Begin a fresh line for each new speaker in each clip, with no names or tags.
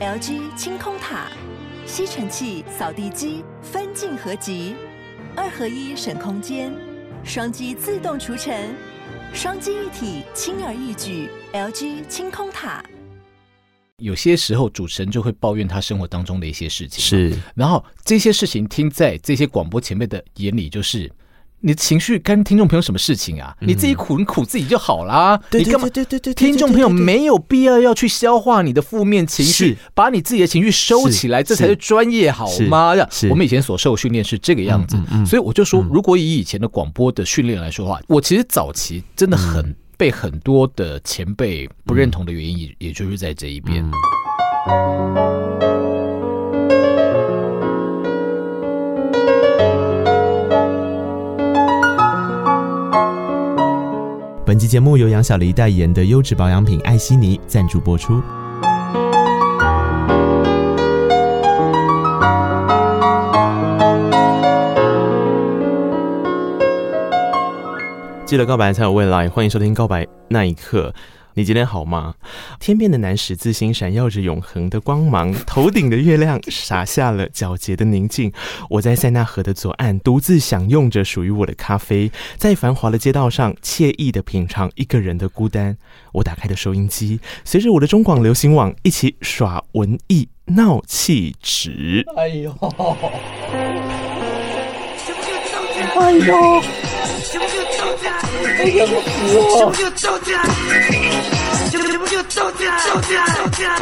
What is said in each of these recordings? LG 清空塔、吸尘器、扫地机分镜合集，二合一省空间，双击自动除尘，双击一体轻而易举。LG 清空塔。
有些时候主持人就会抱怨他生活当中的一些事情，，
是
然后这些事情听在这些广播前辈的眼里就是。你的情绪干听众朋友什么事情啊？你自己苦，你苦自己就好啦。
嗯对
你干嘛？
对对对对对对
听众朋友没有必要要去消化你的负面情绪
是，
把你自己的情绪收起来，
是
这才是专业好吗？
是
我们以前所受的训练是这个样子
嗯，嗯嗯
所以我就说，如果以以前的广播的训练来说的话，我其实早期真的很、
嗯
被很多的前辈不认同的原因，也也就是在这一边。
嗯本期节目由杨小黎代言的优质保养品艾希尼赞助播出。记得告白才有未来，欢迎收听《告白那一刻》。你今天好吗？天边的南十字星闪耀着永恒的光芒，头顶的月亮洒下了皎洁的宁静。我在塞纳河的左岸独自享用着属于我的咖啡，在繁华的街道上惬意的品尝一个人的孤单。我打开的收音机，随着我的中广流行网一起耍文艺闹气质。
哎呦，
行不行？揍起来！哎呦！行不行？揍起来！哎呀，我行不行？揍起来！行不行？揍起来！揍起来！揍起来！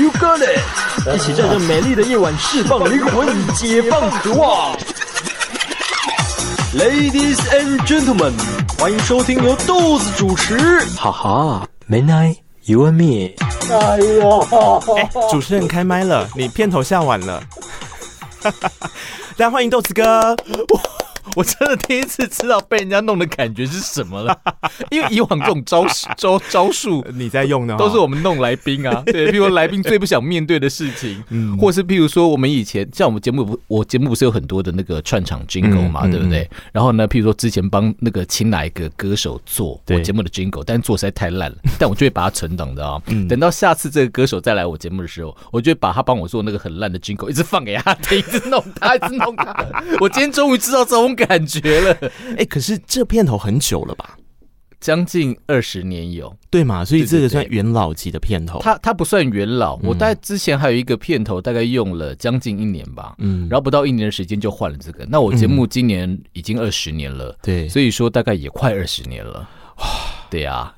You got it！一起在这美丽的夜晚释放灵魂，解放渴望。Ladies and gentlemen，欢迎收听由豆子主持。哈哈，May night you and me。
主持人开麦了，你片头下晚了。 大家欢迎豆子哥，
我真的第一次知道被人家弄的感觉是什 么了，因为以往这种招式招招数。
你在用呢？
都是我们弄来宾 啊，对，譬如来宾最不想面对的事情，
嗯
或是譬如说我们以前像我们节目不，我节目不是有很多的那个串场 jingle 嘛，
嗯
对不对？然后呢，譬如说之前帮那个请哪一个歌手做我
对
节目的 jingle，但做实在太烂 了，但我就会把它存档的啊，
嗯
等到下次这个歌手再来我节目的时候，我就会把他帮我做那个很烂的 jingle 一直放给他听，一直弄他，一直弄他。 我今天终于知道这种感觉了，
哎、可是这片头很久了吧？
将近二十年有。
对嘛？所以
对
这
对
个
对
算元老级的片头。
它它不算元老，我大概之前还有一个片头，大概用了将近一年吧，
嗯
然后不到一年的时间就换了这个。那我节目今年已经二十年了，
对
所以说大概也快二十年了。对呀、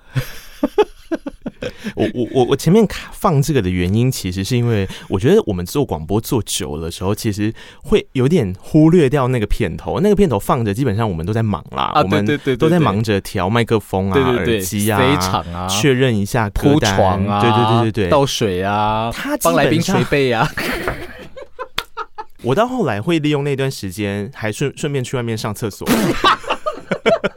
我我我我前面卡放这个的原因，其实是因为我觉得我们做广播做久了的时候，其实会有点忽略掉那个片头。那个片头放着，基本上我们都在忙啦，
啊
我们
对对对对
都在忙着调麦克风啊、
对对对
耳机啊、
飞场啊
确认一下歌
铺
单
床啊，
对对对对对，
倒水啊，
它基
帮
本上
来宾捶背啊，
我到后来会利用那段时间，还顺顺便去外面上厕所。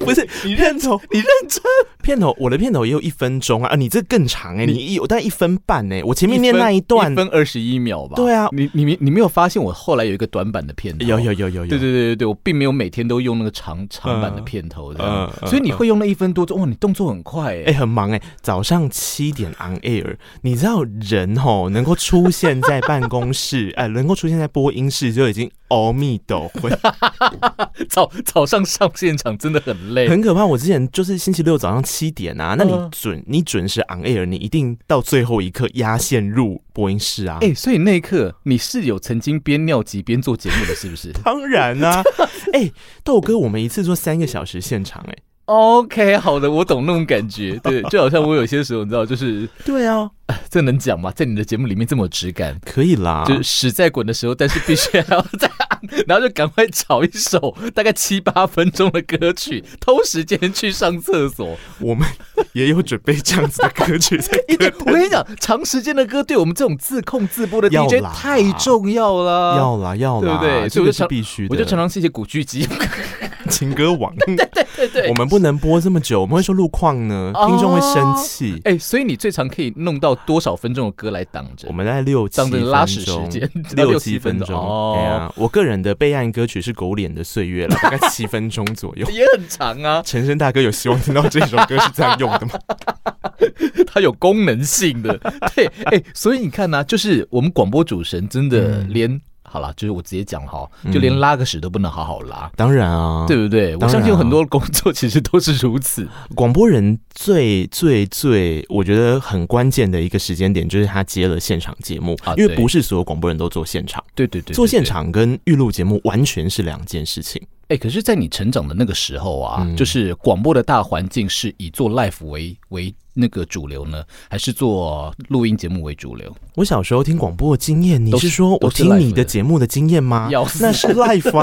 不是你认头，你认真片头，我的片头也有一分钟啊，啊你这更长哎、你你有大概一分半哎、我前面念那一段
一分二十一秒吧。
对啊
你你没你没有发现我后来有一个短版的片头？
有有有有有，
对对对对对，我并没有每天都用那个长长版的片头这样
嗯嗯
所以你会用那一分多钟，哇，你动作很快哎、
哎、很忙哎、早上七点 on air，你知道人吼能够出现在办公室， 哎、能够出现在播音室就已经阿弥陀 佛，
早早上上现场真的很累，
很可怕。我之前就是星期六早上七点
嗯
啊，那你准你准时 on air，你一定到最后一刻压线入播音室啊。
哎、所以那一刻你是有曾经边尿急边做节目的，是不是
当然啦、啊，哎、豆哥，我们一次做三个小时现场、哎，
？OK，好的，我懂那种感 觉。对，就好像我有些时候，你知道，就是
对啊，
这能讲吗？在你的节目里面这么有质感，
可以啦，
就是屎在滚的时候，但是必须还要再按， 然后就赶快找一首大概七八分钟的歌曲，偷时间去上厕所。
我们也有准备这样子的歌 曲在
因
歌
为我跟你讲，长时间的歌对我们这种自控自播的
要
DJ
啦
太重要了，
要啦要啦，
啊对不对？
这
所以我
个
就是常
必须的，
我就常常谢谢古巨基。
情歌王。
对对
我们不能播这么久，我们会说路况呢，听众会生气。
哎、所以你最长可以弄到多少分钟的歌来挡着？
我们在六七
当成
分
拉屎
钟
时间
六
六
七
七
分
分
钟。
钟哦
对啊，我个人的备案歌曲是《狗脸的岁月》了，大概 七分钟左右。
也很长啊。
陈升大哥有希望听到这首歌是这样用的吗？
它有功能性 的。对，哎、所以你看呢、就是我们广播主持人真的
嗯
连、好了，就是我直接讲哈，就连拉个屎都不能好好拉。
当然啊，
对不对？我
嗯当然啊
相信有很多工作其实都是如 此。
广播人最最最，我觉得很关键的一个时间点就是他接了现场节目，
啊
因为
对
不是所有广播人都做现场，
对对对
做现。场跟预录节目完全是两件事情。
哎、可是，在你成长的那个时候啊，
嗯
就是广播的大环境是以做 l i f e 为为那个主流呢，还是做录音节目为主流？
我小时候听广播的经验，你
都是
是说我
都是
听
live
你
的
的节目的经验吗
要？死
那是 live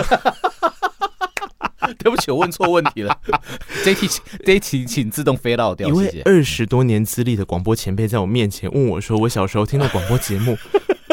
啊，
对不起，我问错问题了。 这一题，这一题请自动飞到
一
掉，谢
位
谢。
二十多年资历的广播前辈在我面前问我说：“我小时候听的广播 节目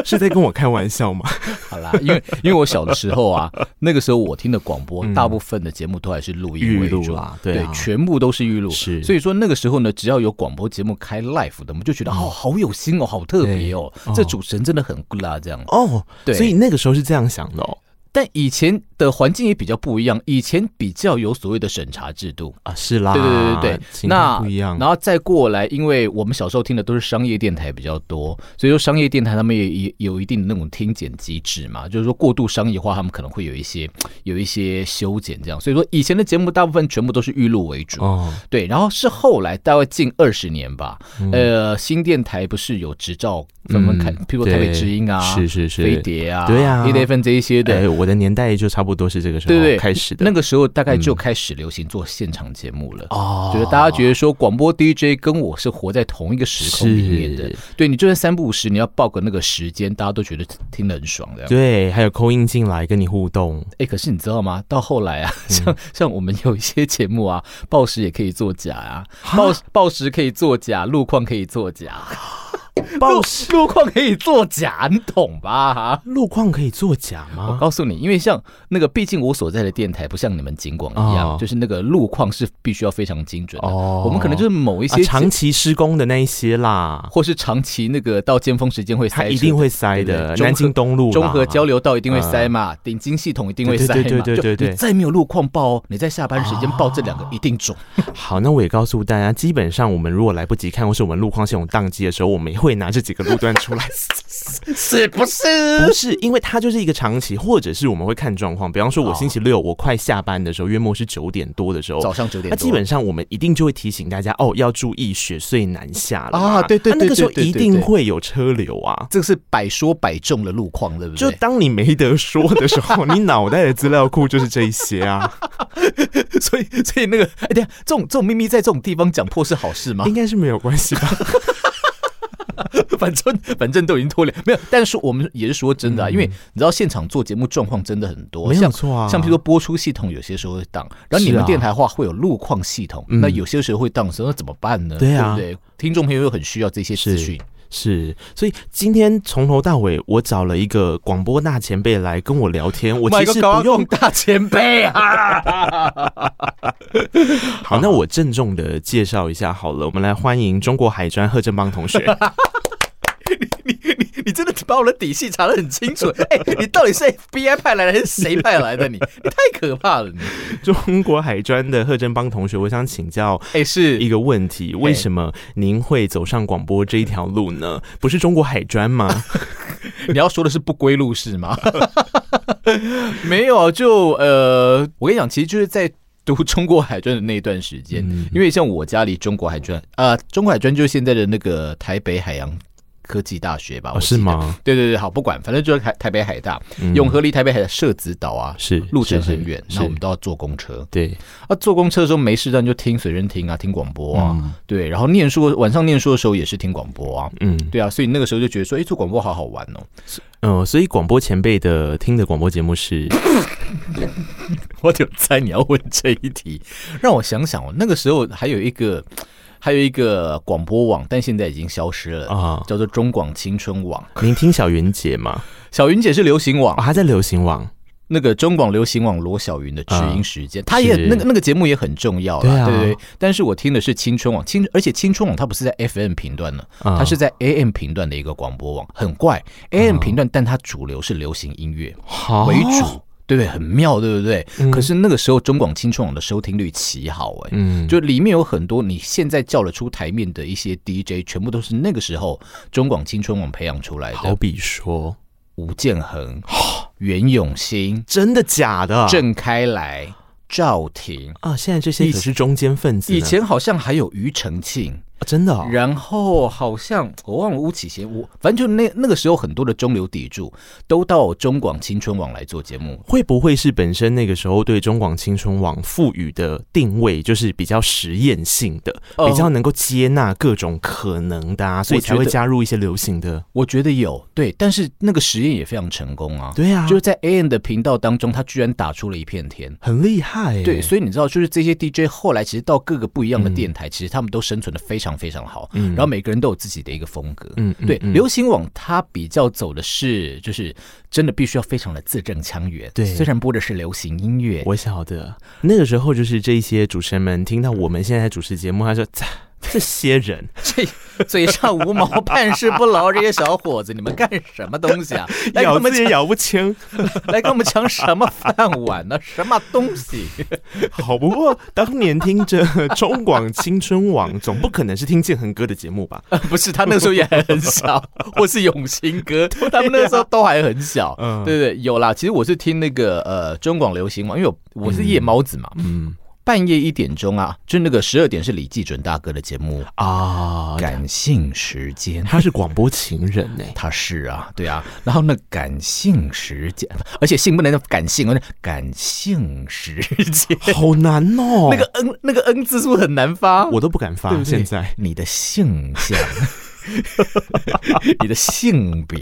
是在跟我开玩笑吗
好啦，因为因为我小的时候啊， 那个时候我听的广播，大部分的节目都还是嗯录音为
预
主
录啦对啊
全部都是预录。
是
所以说那个时候呢，只要有广播节目开 l i f e 的，我们就觉得哦，好有心哦，好特别哦，
对哦
这主持人真的很 good 啦，这样？”。
哦，
对啊
所以那个时候是这样想的哦。
但以前的环境也比较不一样，以前比较有所谓的审查制度。
啊，是啦，
对对对对对，
情况
那
不一样。
然后再过来，因为我们小时候听的都是商业电台比较多，所以说商业电台他们也也有一定的那种听检机制嘛，就是说过度商业化，他们可能会有一些有一些修剪这样。所以说以前的节目大部分全部都是预录为主。
哦，
对，然后是后来大概近二十年吧，
嗯
呃，新电台不是有执照专门看，譬如说台北
对
之音啊，
是是是
飞碟啊，
对啊
A F N 这一些的，
对，我的年代就差不多是这个时候
对对，
开始的。
那个时候大概就开始流行做现场节目了。
哦
就是大家觉得说广播 DJ 跟我是活在同一个时空里面的
是，
对你就算三不五时，你要报个那个时间，大家都觉得听得很爽的。
对，还有扣印进来跟你互动，
哎，可是你知道吗？到后来啊，像像我们有一些节目啊，报时也可以作假啊，报报时可以作假，路况可以作假，
报
路况可以作假，你懂吧？
路况可以作假
我
吗？
告诉你，因为像那个，毕竟我所在的电台不像你们景广一样，
哦
就是那个路况是必须要非常精准的。
哦
我们可能就是某一
啊
些，节、
长期施工的那一些啦，
或是长期那个到尖峰时间会塞
它
车的，
一定会塞
对
的
不。对
南京东路啦、嗯
中和交流道一定会塞嘛，顶金系统一定会塞嘛。
对对对对
就
对对哦
你再没有路况报哦，你在下班时间报这两个一定准。
好，那我也告诉大家，基本上我们如果来不及看，或是我们路况系统宕机的时候，我们也会拿这几个路段出来。
是不
不
是？
是，因为它就是一个长期，或者是我们会看状况。比方说，我星期六我快下班的时候，约莫是九点多的时候，
早上九点
那
多，
基本上我们一定就会提醒大家哦，要注意雪隧南下了
啊
嘛
对对
那
对
那个时候
对对
一
对
定
对
会有车流啊。
这个是百说百中的路况，对不
就
对？
当你没得说的时候，你脑袋的资料库就是这一些 啊，
所以所以那个，哎，等一下，这种这种秘密在这种地方讲破是好事吗
应？该是没有关系吧？
反正反正都已经脱了，没有。但是我们也是说真的、啊，因为你知道现场做节目状况真的很多，
嗯没有
像
错啊
像譬如说播出系统有些时候会当，然后你
是
们
啊嗯
电台的话会有路况系统，那有些时候会当的时候，那怎么办呢？
对啊
对不对？听众朋友又很需要这些资讯。
是，所以今天从头到尾，我找了一个广播大前辈来跟我聊天，我其实不用
大前辈啊！
好，那我郑重的介绍一下好了，我们来欢迎中国海专贺正邦 同学。
你你真的把我的底细查得很清楚。哎、你到底是 FBI 派来的还是谁派来的你？ 你太可怕了你！
中国海专的贺正邦同学，我想请教
哎、是
一个问题：为什么您会走上广播这一条路呢？不是中国海 专吗？
你要说的是不归路是吗？ 没有啊，就呃，我跟你讲，其实就是在。读中国海专的那一段时间，因为像我家离中国海专啊、中国海专就是现在的那个台北海洋科技大学吧？
哦
我记得
是吗？嗯
对对对，好，不管，反正就是台台北海大，永和离台北海的社子岛啊，
是
路程
是是
很远，
是
那我们都要坐公车。
对，
啊，坐公车的时候没事干就听随身听啊，听广播啊，对，然后念书晚上念书的时候也是听广播啊，
嗯，
对啊，所以那个时候就觉得说，哎，做广播好好玩哦。
呃，所以广播前辈的听的广播节 目是，
我就猜你要问这一题，让我想想哦，那个时候还有一个。还有一个广播网，但现在已经消失了
啊
叫做中广青春网。
您听小云姐吗？
小云姐是流行网，
哦，她在流行网，
那个中广流行网罗小云的知音时间，她也
啊是
那个那个节目也很重要
对
啦，
啊
对对对。但是我听的是青春网，青而且青春网它不是在 FM 频段呢，
啊
它是在 AM 频段的一个广播网，很怪。AM 频段，但它主流是流行音乐
好
为主，对不对？很妙，对不对？可是那个时候中广青春网的收听率奇好哎、
嗯
就里面有很多你现在叫得出台面的一些 DJ，全部都是那个时候中广青春网培养出来
好
的。
比说，
吴建衡、袁永新、
真的假的？
郑开来、赵婷，
啊，现在这些
以
可是中间分子呢，
以前好像还有庾澄庆。
啊真的哦
然后好像我忘了巫启贤，我反正就那那个时候很多的中流砥柱都到中广青春网来做节目，
会不会是本身那个时候对中广青春网赋予的定位就是比较实验性的，
哦
比较能够接纳各种可能的啊，所以
我觉
才
得
会加入一些流行的。
我觉得有对，但是那个实验也非常成功啊。
对啊，
就是在 A N 的频道当中，他居然打出了一片天。
很厉害、欸。
对，所以你知道，就是这些 DJ 后来其实到各个不一
嗯
样的电台，其实他们都生存的非常非常好，然后每个人都有自己的一个风格。
嗯嗯
对，
嗯
流行网它比较走的是，就是真的必须要非常的字正腔圆。
对
虽然播的是流行音乐，
我晓得那个时候就是这些主持人们听到我们现在主持节目，他说擦这些人
这嘴上无毛，办事不牢，这些小伙子，你们干什么东西啊？来跟我
咬
们
字也
抢，
咬不清。
来跟我们抢什么饭碗呢、什么东西？
好不过当年听着中广青春网，总不可能是听建恒哥的节目吧？
不是，他那个时候也还很 小，或是永兴哥，他们那个时候都还很小，
嗯
对对，有啦。其实我是听那个呃中广流行网，因为我我是夜猫子嘛，嗯，半夜一点钟啊，就那个十二点是李济准大哥的节目
啊
《感性时间》。
他是广播情人欸呢、
他是啊，对啊，然后呢，感性时间，而且性不能叫感性，而是感性时间，
好难哦、
那个 n 那个 n 字数很难发，
我都不敢发
对不对
现在
你的性向， 你的性别，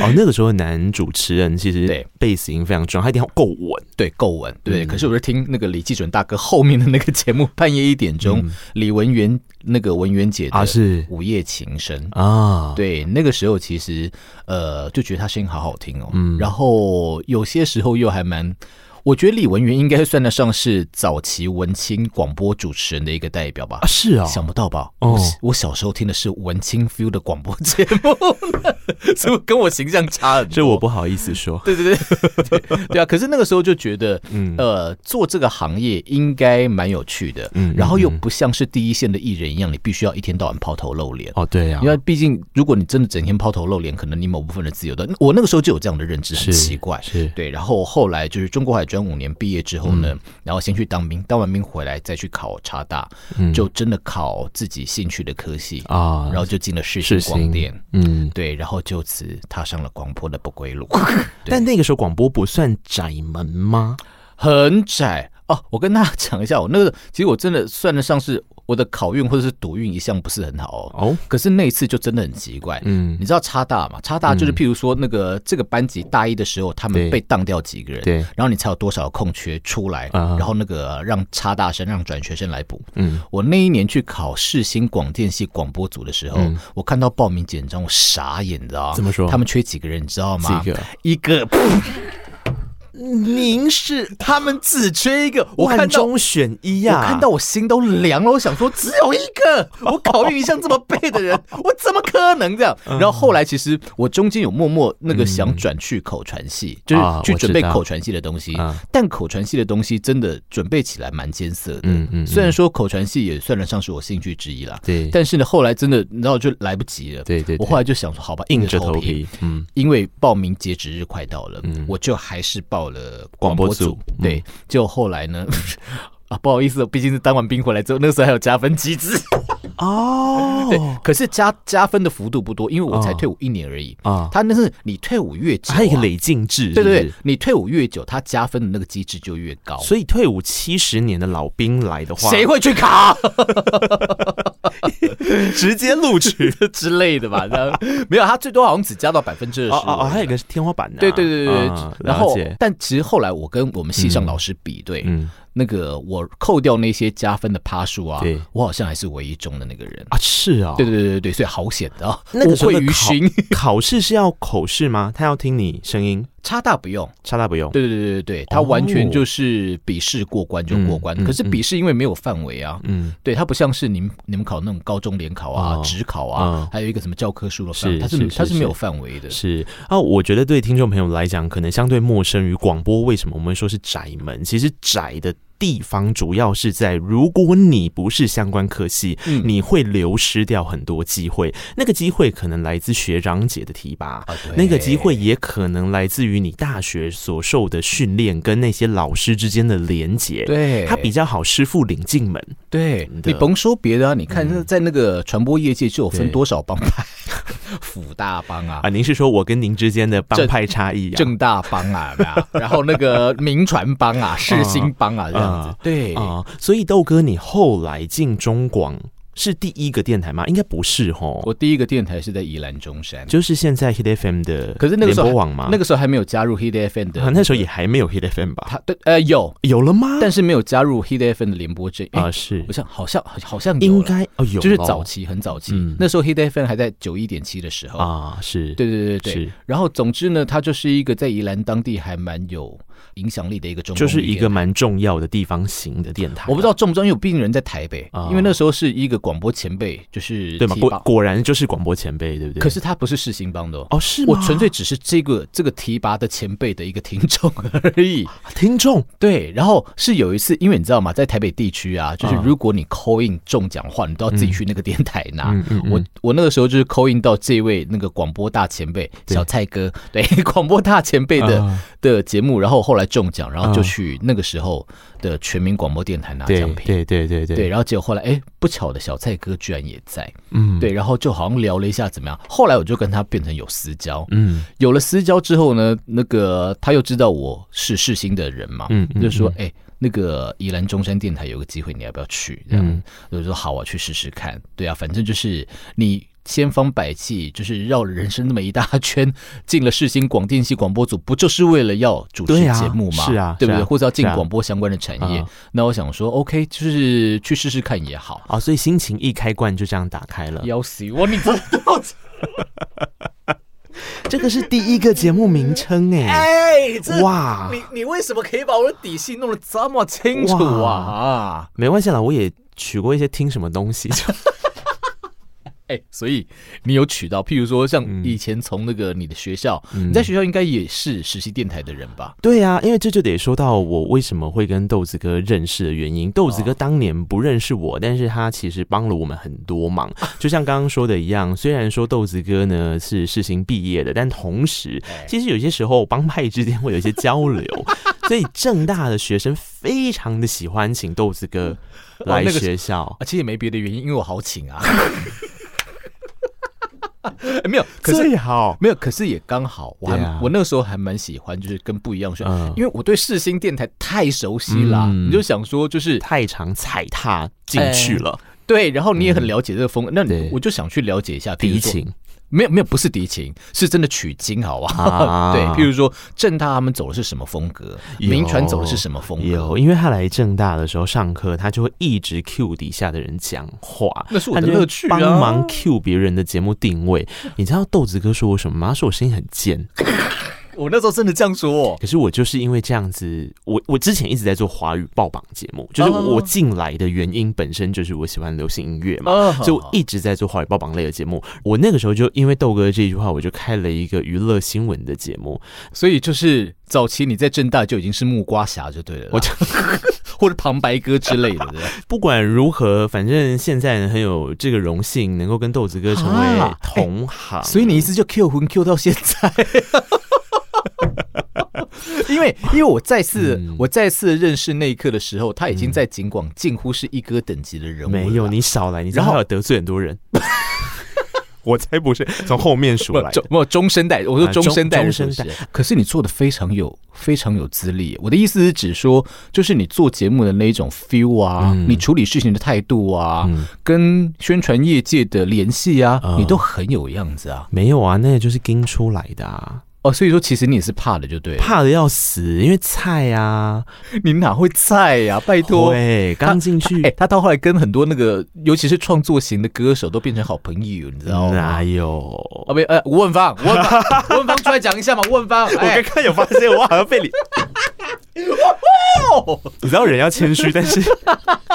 哦，那个时候男主持人其实
对
贝斯音非常重要，他一定要够稳。
对，够稳，
嗯
对。可是我是听那个李济准大哥后面的那个节目，半夜一点钟，李文媛那个文媛姐的
嗯啊是
午夜情深。
啊，
对，那个时候其实，呃，就觉得她声音好好听哦。嗯，然后有些时候又还蛮，我觉得李文媛应该算得上是早期文青广播主持人的一个代表吧
啊。是哦，
想不到吧？
哦
我我小时候听的是文青 feel 的广播节目， 是不是跟我形象差很多？
这我不好意思说。
对对 对对对啊！可是那个时候就觉得，呃，做这个行业应该蛮有趣的，
嗯
然后又
嗯嗯
不像是第一线的艺人一样，你必须要一天到晚抛头露脸。
哦，对呀、
因为毕竟，如果你真的整天抛头露脸，可能你某部分的自由的，我那个时候就有这样的认知，很
是
奇怪。
是嗯
对，然后后来就是中国海专五年毕业之后呢，然后先去当兵，当完兵回来再去考查大，就真的考自己兴趣的科系
嗯啊
然后就进了世
是
新广电，
嗯，
对，然后就此踏上了广播的不归路。对
但那个时候广播不算窄门吗？
很窄哦。我跟大家讲一下，我那个其实我真的算得上是我的考运或者是赌运一向不是很好哦。
哦，
可是那一次就真的很奇怪，
嗯
你知道差大嘛？差大就是譬如说那个、这个班级大一的时候，他
对
们被当掉几个人，
对
然后你才有多少空缺出来，
啊
然后那个让差大生让转学生来补。
嗯，
我那一年去考世新广电系广播组的时候，我看到报名简章，我傻眼，你知道吗
嗯怎么说
他们缺几个人，你知道吗？
几个？
一个。您是他们只缺一个，我看
万
到
中选一啊呀、
我看到我心都凉了，我想说只有一 个，我考运一向这么背的人，我怎么可能这样？
嗯
然后后来其实我中间有默默那个想转去口传系，就是
啊
去准备
我知道
口传系的东西
嗯，
但口传系的东西真的准备起来蛮艰涩的
嗯嗯嗯。
虽然说口传系也算得上是我兴趣之一啦，
对
但是呢后来真的你知道就来不及了。
对对对
我后来就想说好吧，
硬
着
着头皮，嗯，
因为报名截止日快到了，我就还是报了广播组。
广播组嗯
对，就后来呢， 啊，不好意思哦，毕竟是当完兵回来之后，那时候还有加分机制。
哦，
对，可是加加分的幅度不多，因为我才
哦
退伍一年而已。
啊
他那是你退伍越久、啊，
还有一个累进制，
对对
是不
对
是，
你退伍越久，他加分的那个机制就越高。
所以退伍七十年的老兵来的话，
谁会去考
直接录 取？
之类的吧？这样 没有，他最多好像只加到百分之
哦
二十。
哦哦，还有一个是天花板的、啊，
对对对对对
啊，
然后
了解
但其实后来我跟我们系上老师比对，
嗯
那个我扣掉那些加分的趴数啊
对，
我好像还是唯一中的那个人。
啊，是啊、
对对对对对，所以好险的啊，
那个
无
时候
愧
的
于
考
心。
考试是要口试吗？他要听你声音，
差大不用，
差大不用。，
对对对对对，他
哦
完全就是笔试过关就过关，
嗯嗯
可是笔试因为没有范围啊，
嗯，
对，它不像是你们你们考那种高中联考啊、
哦
职考啊
嗯，
还有一个什么教科书的范
是
围，它
是
是
是
它是没有
是
范围的。
是啊，我觉得对听众朋友来讲，可能相对陌生于广播。为什么我们说是窄门？其实窄的地方主要是在，如果你不是相关科系，
嗯
你会流失掉很多机会。那个机会可能来自学长姐的提拔，
啊对
那个机会也可能来自于你大学所受的训练跟那些老师之间的连结。。
对，
他比较好，师傅领进门。
对
真的嗯
你甭说别的啊，你看在那个传播业界就有分
对
多少帮派， 辅大帮啊
啊，。您是说我跟您之间的帮
正
派差异啊？
正大帮啊，有没 有然后那个民传帮啊，世新帮啊，这样子
啊，
对，
啊、所以豆哥，你后来进中广是第一个电台吗？应该不是吼，
我第一个电台是在宜兰中山，
就是现在 Hit FM 的，
可是那个时候
联播网嘛，
那个时候还没有加入 Hit FM 的
啊，那时候也还没有 Hit FM 吧？
他对呃有，
有了吗？
但是没有加入 Hit FM 的联播阵
啊、
啊，
是
我想好像好像有了啊
应该哦，有
就是
咯
早期很早期
嗯，
那时候 Hit FM 还在九一点七的时候，
啊，是
对对对对对
是。
然后总之呢，它就是一个在宜兰当地还蛮有影响力的一个中，
就是一个。蛮重要的地方型的电台，
我不知道重不重，因为我毕竟人在台北
啊，
因为那时候是一个广播前辈，就是
对吗？
提
果
拔
果然就是广播前辈，对不对？
可是他不是世新帮的哦，
哦，是
我
吗
纯粹只是这个这个提拔的前辈的一个听众而 已。
听众
对，然后是有一次，因为你知道吗，在台北地区啊，就是
啊
如果你 call in 中奖的话，你都要自己去那个电台拿。
嗯嗯嗯
啊我我那个时候就是 call in 到这位那个广播大前辈
对
小蔡哥，对 广播大前辈的、
啊
的节目，然后后来中奖，然后就
啊
去那个时候的全民广播电台拿
对
奖品。
对对对对
对，，然后结果后来，哎，不巧的小蔡哥居然也在，
嗯
对，然后就好像聊了一下怎么样，后来我就跟他变成有私交，
嗯
有了私交之后呢，那个他又知道我是世新的人嘛，
嗯嗯
就说哎、那个宜兰中山电台有个机会，你要不要去？这样，
嗯
我就说好啊，去试试看。对啊，反正就是你。千方百计，就是绕了人生那么一大圈，进了世新广电系广播组，不就是为了要主持
对啊
节目吗？
是啊
对不
是
对？
啊
或者要进
是啊
广播相关的产业
啊？
那我想说，OK，就是去试试看也好。
啊、所以心情一开罐就这样打开了。
要死我！你真 的
这个是第一个节目名称哎、
哎，这
哇，
你你为什么可以把我的底细弄得这么清楚
哇
啊？啊，
没关系啦，我也取过一些听什么 东西，就
哎、所以你有取到，譬如说像
嗯
以前从那个你的学校，你在学校应该也是实习电台的人吧？
对啊，因为这就得说到我为什么会跟豆子哥认识的原
哦
因。豆子哥当年不认识我，但是他其实帮了我们很 多忙。就像刚刚说的一样，虽然说豆子哥呢是世新毕业的，但同时其实有些时候帮派之间会有一些 交流，所以正大的学生非常的喜欢请豆子哥
哇嗯
来
哦那个
学校。
啊，其实也没别的原因，因为我好请啊。 哎没有，可是
最好
没有，可是也刚好，我还、
对啊
我那个时候还蛮喜欢，就是跟不一样的学校，
嗯
因为我对世新电台太熟悉啦，
嗯
你就想说就是
太常踩踏进去了，
对，然后你也很了解这个风格，那你
对
我就想去了解一嗯下，比如
敌
说
情
没有没有，不是敌情，是真的取经，好不好？
啊
对，譬如说正大他们走的是什么风格，
有
民传走的是什么风格
有，，因为他来正大的时候上课，他就会一直 Q 底下的人讲话，
那是我的
他就会
乐趣啊
帮忙 Q 别人的节目定位。你知道豆子哥说我什么吗？他说我声音很贱，
我那时候真的这样说、哦
可是我就是因为这样子，我我之前一直在做华语爆榜节目，就是
哦
我进来的原因本身就是我喜欢流行音乐嘛，
哦
所以我一直在做华语爆榜类的节目。我那个时候就因为豆哥这句话，我就开了一个娱乐新闻的节目，
所以就是早期你在正大就已经是木瓜侠就对了啦，
我就
或者旁白哥之类的，对不 对
不管如何，反正现在很有这个荣幸，能够跟豆子哥成为
啊
同行。
所以你一直就 Q 魂 Q 到现在。 因为，因为我再次、
嗯
我再次认识那一刻的时候，他已经在警广近乎是一哥等级的人物了
没有你少来，你知道
然后
他有得罪很多人。 我才不是从后面数
不
来的
中。没有中生代，我说
啊
中
中
生代的
中
是不
生代
是可是你做的非常有非常有资历。我的意思是指说，就是你做节目的那一种 feel 啊，
嗯
你处理事情的态度啊，
嗯
跟宣传业界的联系啊，
嗯
你都很有样子啊。
没有啊，那个就是盯出来的啊。
哦，所以说其实你也是怕的，就对了。
怕的要死，因为菜啊，
你哪会菜呀、拜托，
对，刚进去
哎、，他到后来跟很多那个，尤其是创作型的歌手，都变成好朋友，你知道吗？
哪有？
啊，不，呃，吴文芳，吴文芳，吴文芳出来讲一下嘛，吴文 芳，哎、
刚有发现，我好像被 你，哦你知道人要谦虚，但是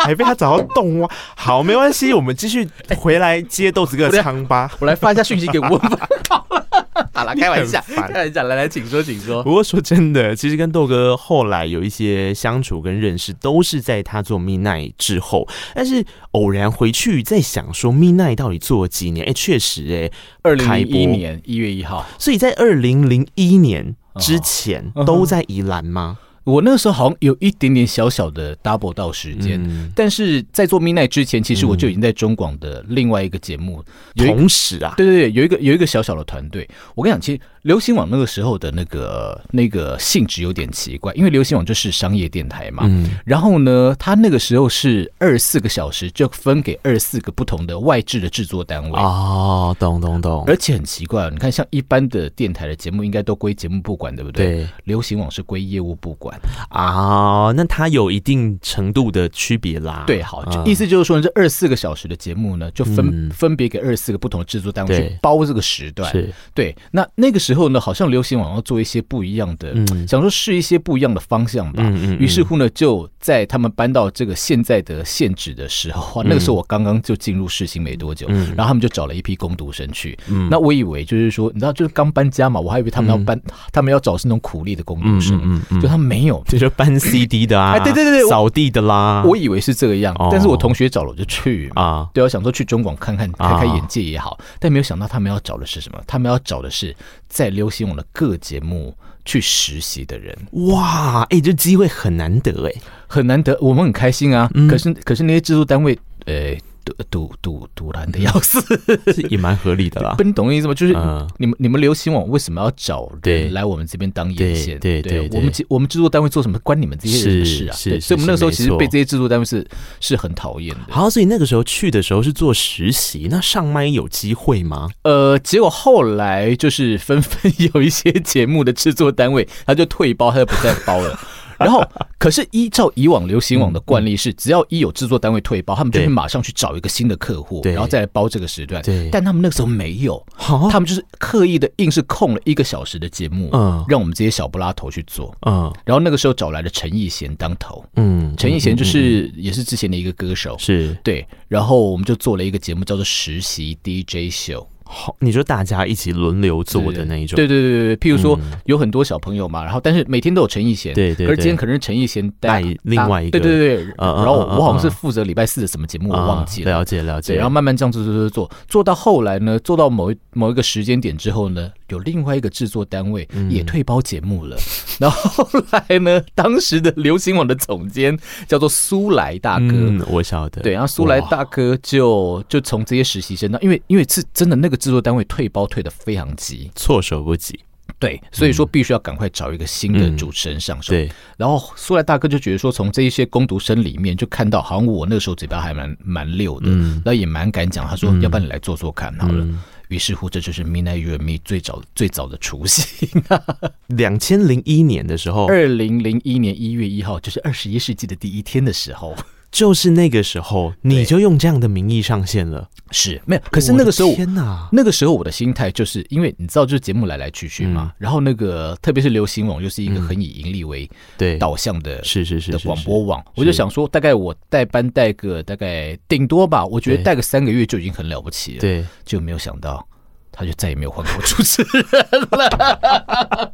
还被他找到洞挖。好，没关系，我们继续回来接豆子哥的 疮疤。
我来发一下讯息给吴文芳。 好了，开玩笑，
你很烦
开玩笑，来来，请说，请说。
不过说真的，其实跟豆哥后来有一些相处跟认识，都是在他做 Midnight 之后。但是偶然回去在想说 Midnight 到底做了几年？哎、确实、哎，
二零
开
零一
播
年一月一号，
所以在二零零一年之前、
哦
都在宜兰吗？
我那个时候好像有一点点小小的 double 到时间，
嗯
但是在做 Midnight 之前，其实我就已经在中广的另外一个节目，有一个
同时啊，
对对对，有一个有一个小小的团队。我跟你讲，其实流行网那个时候的那个呃那个性质有点奇怪，因为流行网就是商业电台嘛。
嗯
然后呢，它那个时候是二十四个小时，就分给二十四个不同的外置的制作单位。
哦，懂懂懂，
而且很奇怪、哦，你看，像一般的电台的节目，应该都归节目部管，对不对？
对
流行网是归业务部管。
啊，那它有一定程度的区别啦。
对，好，就
嗯
意思就是说，这二十四个小时的节目呢，就分、
嗯
分别给二十四个不同的制作单位
对
去包这个时段。
是
对，那那个时候呢，好像流行网要做一些不一样的，
嗯
想说试一些不一样的方向吧。
嗯嗯嗯
于是乎呢，就在他们搬到这个现在的限制的时
嗯
候，啊那个时候我刚刚就进入世新没多久，然后他们就找了一批工读生去。
嗯
那我以为就是说，你知道，就是刚搬家嘛，我还以为他们要搬，他们要找是那种苦力的工读生，
嗯嗯嗯嗯
就他们没有。
就是搬 CD 的啊，
哎对对对对我
扫地的啦，
我以为是这个样，
啊哦
但是我同学找了我就去嘛。
啊，
对，我想说去中广看看，开
啊
开眼界也好，但没有想到他们要找的是什么？他们要找的是在流行网的各节目去实习的人，
哇，哎、这机会很难得 哎、
很难得，我们很开心
嗯
啊。可是可是那些制作单位，呃，堵堵堵堵拦的要死，
这也蛮合理的啦
不，。你懂我意思吗？就是
嗯
你们你们流行网为什么要找
对
人来我们这边当眼线？
对对对
我们我们制作单位做什么，关你们这些人的事啊？
是
对
是
所以我们那个时候
是
其实
没错
被这些制作单位是是很讨厌的。
好，所以那个时候去的时候是做实习，那上麦有机会吗？
呃，结果后来就是纷纷 有一些节目的制作单位，他就退包，他就不再包 了。然后，可是依照以往流行网的惯例是，只要一有制作单位退包，他们就
对
会马上去找一个新的客户，
对
然后再来包这个时段。
对哦
但他们那个时候没有，
好，
他们就是刻意的硬是空了一个小时的节目，
嗯
让我们这些小不拉头去做。
嗯
然后那个时候找来了陈奕贤当头，
嗯，
陈奕
贤
贤就是也是之前的一个歌手，
是
对。然后我们就做了一个节目叫做实习 DJ 秀。
好，你说大家一起轮流做的那一种，
对对对对，对譬如说有很多小朋友嘛，然后但是每天都有陈奕贤，
对对
可是今天
对
可能是陈奕贤带
带另外一
对
个
对对，
嗯嗯
然后
嗯嗯
我好像是
嗯
负责礼拜四的什么节目，我
啊
忘记了。
了解了解，
对，然后慢慢这样做做做做，做到后来呢，做到某一某一个时间点之后呢，有另外一个制作单位也退包节目了。然后后来呢，当时的流行网的总监叫做苏来大哥，
嗯，我晓得，
对，然后苏来
哇
大哥就就从这些实习生呢，因为因为是真的那个制作单位退包退的非常急，
措手不及，
对，所以说必须要赶快找一个新的
嗯
主持人上手。
对，
然后苏来大哥就觉得说，从这一些攻读生里面就看到，好像我那个时候嘴巴还蛮蛮溜的，
嗯
那、也蛮敢讲。他说，要不然你来做做看好了。
嗯
于是乎，这就是 Midnight You and Me 最早最早的雏形。
两千零一年的时候，
二零零一年一月一号，就是二十一世纪的第一天的时 候，
就是那个时候，你就用这样的名义上线了。
是没有。可是那嗯个时候
我的，天哪，
那个时候我的心态就是因为你知道，就是节目来来去去
嗯
嘛，然后那个特别是流行网又是一个很以盈利为
对，
导向的
是是是
的
是
广
是
播网，我就想说，大概我带班带个大概顶多吧，我觉得
对
带个三个月就已经很了不起了。，
对，
就没有想到。他就再也没有换过主持人 了，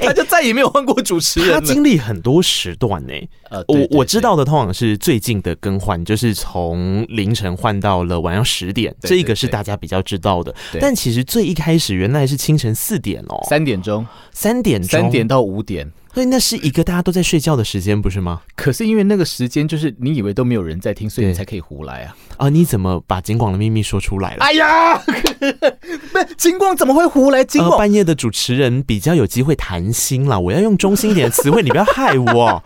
他就再也没有换过主持人
他
了。
经历很多时段呢、
呃对
我
对
我
对
知道的通常是最近的更换，就是从凌晨换到了晚上十点，
对
这
对
个是
对
大家比较知道的。
对
但其实最一开始原来是清晨四点哦，
三点钟，
三点钟
三点，到五点。
所以那是一个大家都在睡觉的时间，不是吗？
可是因为那个时间，就是你以为都没有人在听，所以你
对
才可以胡来啊！
啊，你怎么把警广的秘密说出来了？
哎呀，不，金光怎么会胡来？金
呃，
光
半 夜的主持人比较有机会谈心啦。我要用中性一点的词汇，你不要害我。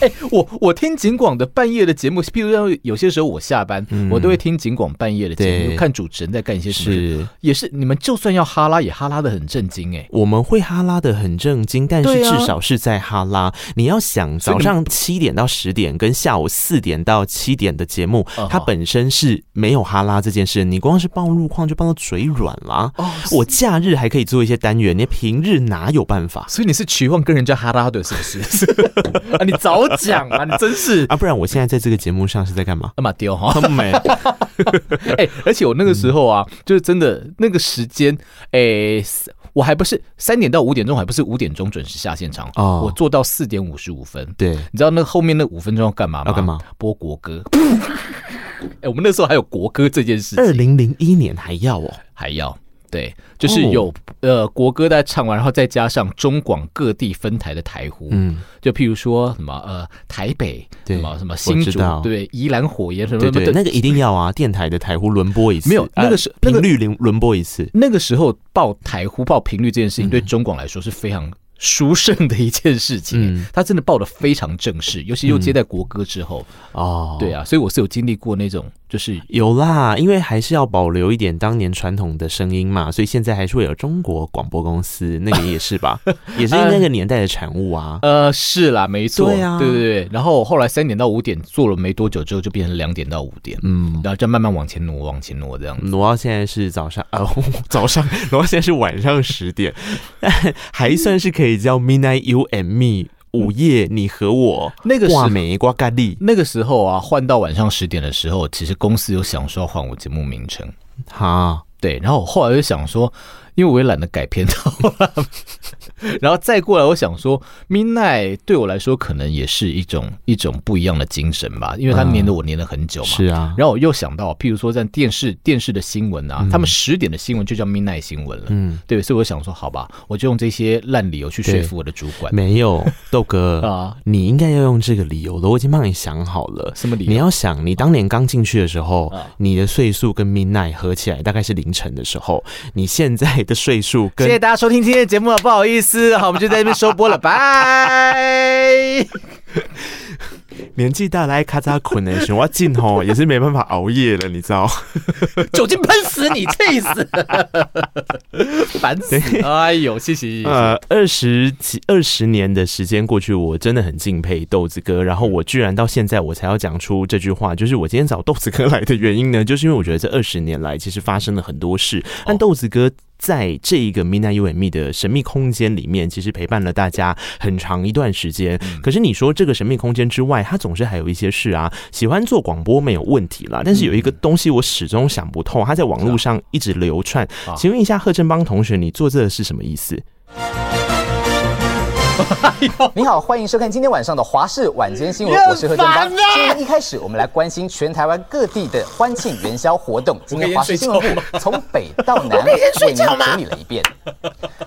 哎、我我听警广的半夜的节目，譬如像有些时候我下班，
嗯
我都会听警广半夜的节目，
对
看主持人在干一些什么事。
是
也是你们就算要哈拉，也哈拉的很震惊哎、
我们会哈拉的很正经，但是
对
至
啊
少是在哈拉。你要想
所以
早
你
上七点到十点跟下午四点到七点的节目，
嗯
它
好
本身是没有哈拉这件事，你光是报路况就报到嘴软啦。
哦
我假日还可以做一些单元，你平日哪有办法？
所以你是期望跟人家哈拉的，是不是？ 啊，你早讲啊，你真 是
啊，不然我现在在这个节目上是在干 嘛？
那么丢哈。
他们
哎、而且我那个时候啊，就是真的那个时间，哎、四我还不是三点到五点钟，还不是五点钟准时下现场
哦
我做到四点五十五分。
对
你知道那后面那五分钟要干嘛吗？
要干嘛？
播国歌。 哎、我们那时候还有国歌这件事
二
情，
零零一年还要哦，
还要对，就是有、呃国歌在唱完，然后再加上中广各地分台的台呼，
嗯，
就譬如说什么呃台北
对
什么什么
我
新
知
竹
道
对宜兰火焰什么什
对
么
对，
的
那个一定要啊，电台的台呼轮播一次，
没有那个
啊
是那个
频率轮轮播一次，
那个时候报台呼报频率这件事
嗯
情，对中广来说是非常殊胜的一件事情
嗯。
他真的报的非常正式，尤其又接在国歌之后，
哦，
对啊，所以我是有经历过那种就是。
有啦，因为还是要保留一点当年传统的声音嘛，所以现在还是会有中国广播公司，那个也是 吧，也是那个年代的产物啊。
呃，是啦，没错，
对啊
对对对然后后来三点到五点做了没多久之后，就变成两点到五点，
嗯，
然后再慢慢往前挪，往前挪这样子。
挪到现在是早上，哦， 早上挪到现在是晚上十点， 但还算是可以叫 midnight you and me，午夜你和我
那个时候
挂美瓜咖喱
那个时候啊，换到晚上十点的时候，其实公司有想说要换我节目名称，
哈，
对，然后我后来就想说，因为我也懒得改片头了， 然后再过来，我想说，Midnight 对我来说可能也是一种一种不一样的精神吧，因为他黏着我黏了很久嘛。
嗯是啊，
然后我又想到，譬如说在电视电视的新闻啊，他们十点的新闻就叫 Midnight 新闻了，
嗯，
对，所以我想说，好吧，我就用这些烂理由去说
对
服我的主管。
没有，豆哥
啊
你应该要用这个理由的，我已经帮你想好了。
什么理由
你要想，你当年刚进去的时候，
啊
你的岁数跟 Midnight 合起来大概是凌晨的时候，你现在的岁数
谢谢
跟
大家收听今天的节目，不好意思，好，我们就在这边收播了， 拜。
年纪大来咔嚓困的时候，我进吼也是没办法熬夜了，你知道？
酒精喷死你，气死！烦死！哎呦，谢谢。
呃，二十几二十年的时间过去，我真的很敬佩豆子哥。然后我居然到现在我才要讲出这句话，就是我今天找豆子哥来的原因呢，就是因为我觉得这二十年来其实发生了很多事，但豆子哥。在这一个 Midnight You and Me 的神秘空间里面，其实陪伴了大家很长一段时间。可是你说这个神秘空间之外，它总是还有一些事啊。喜欢做广播没有问题啦，但是有一个东西我始终想不透，它在网络上一直流窜。请问一下贺振邦同学，你做这个是什么意思？
你好，欢迎收看今天晚上的华视晚间新闻，我是何振邦。今天一开始，我们来关心全台湾各地的欢庆元宵活动。今天华视新闻部从北到南为您整理了一遍。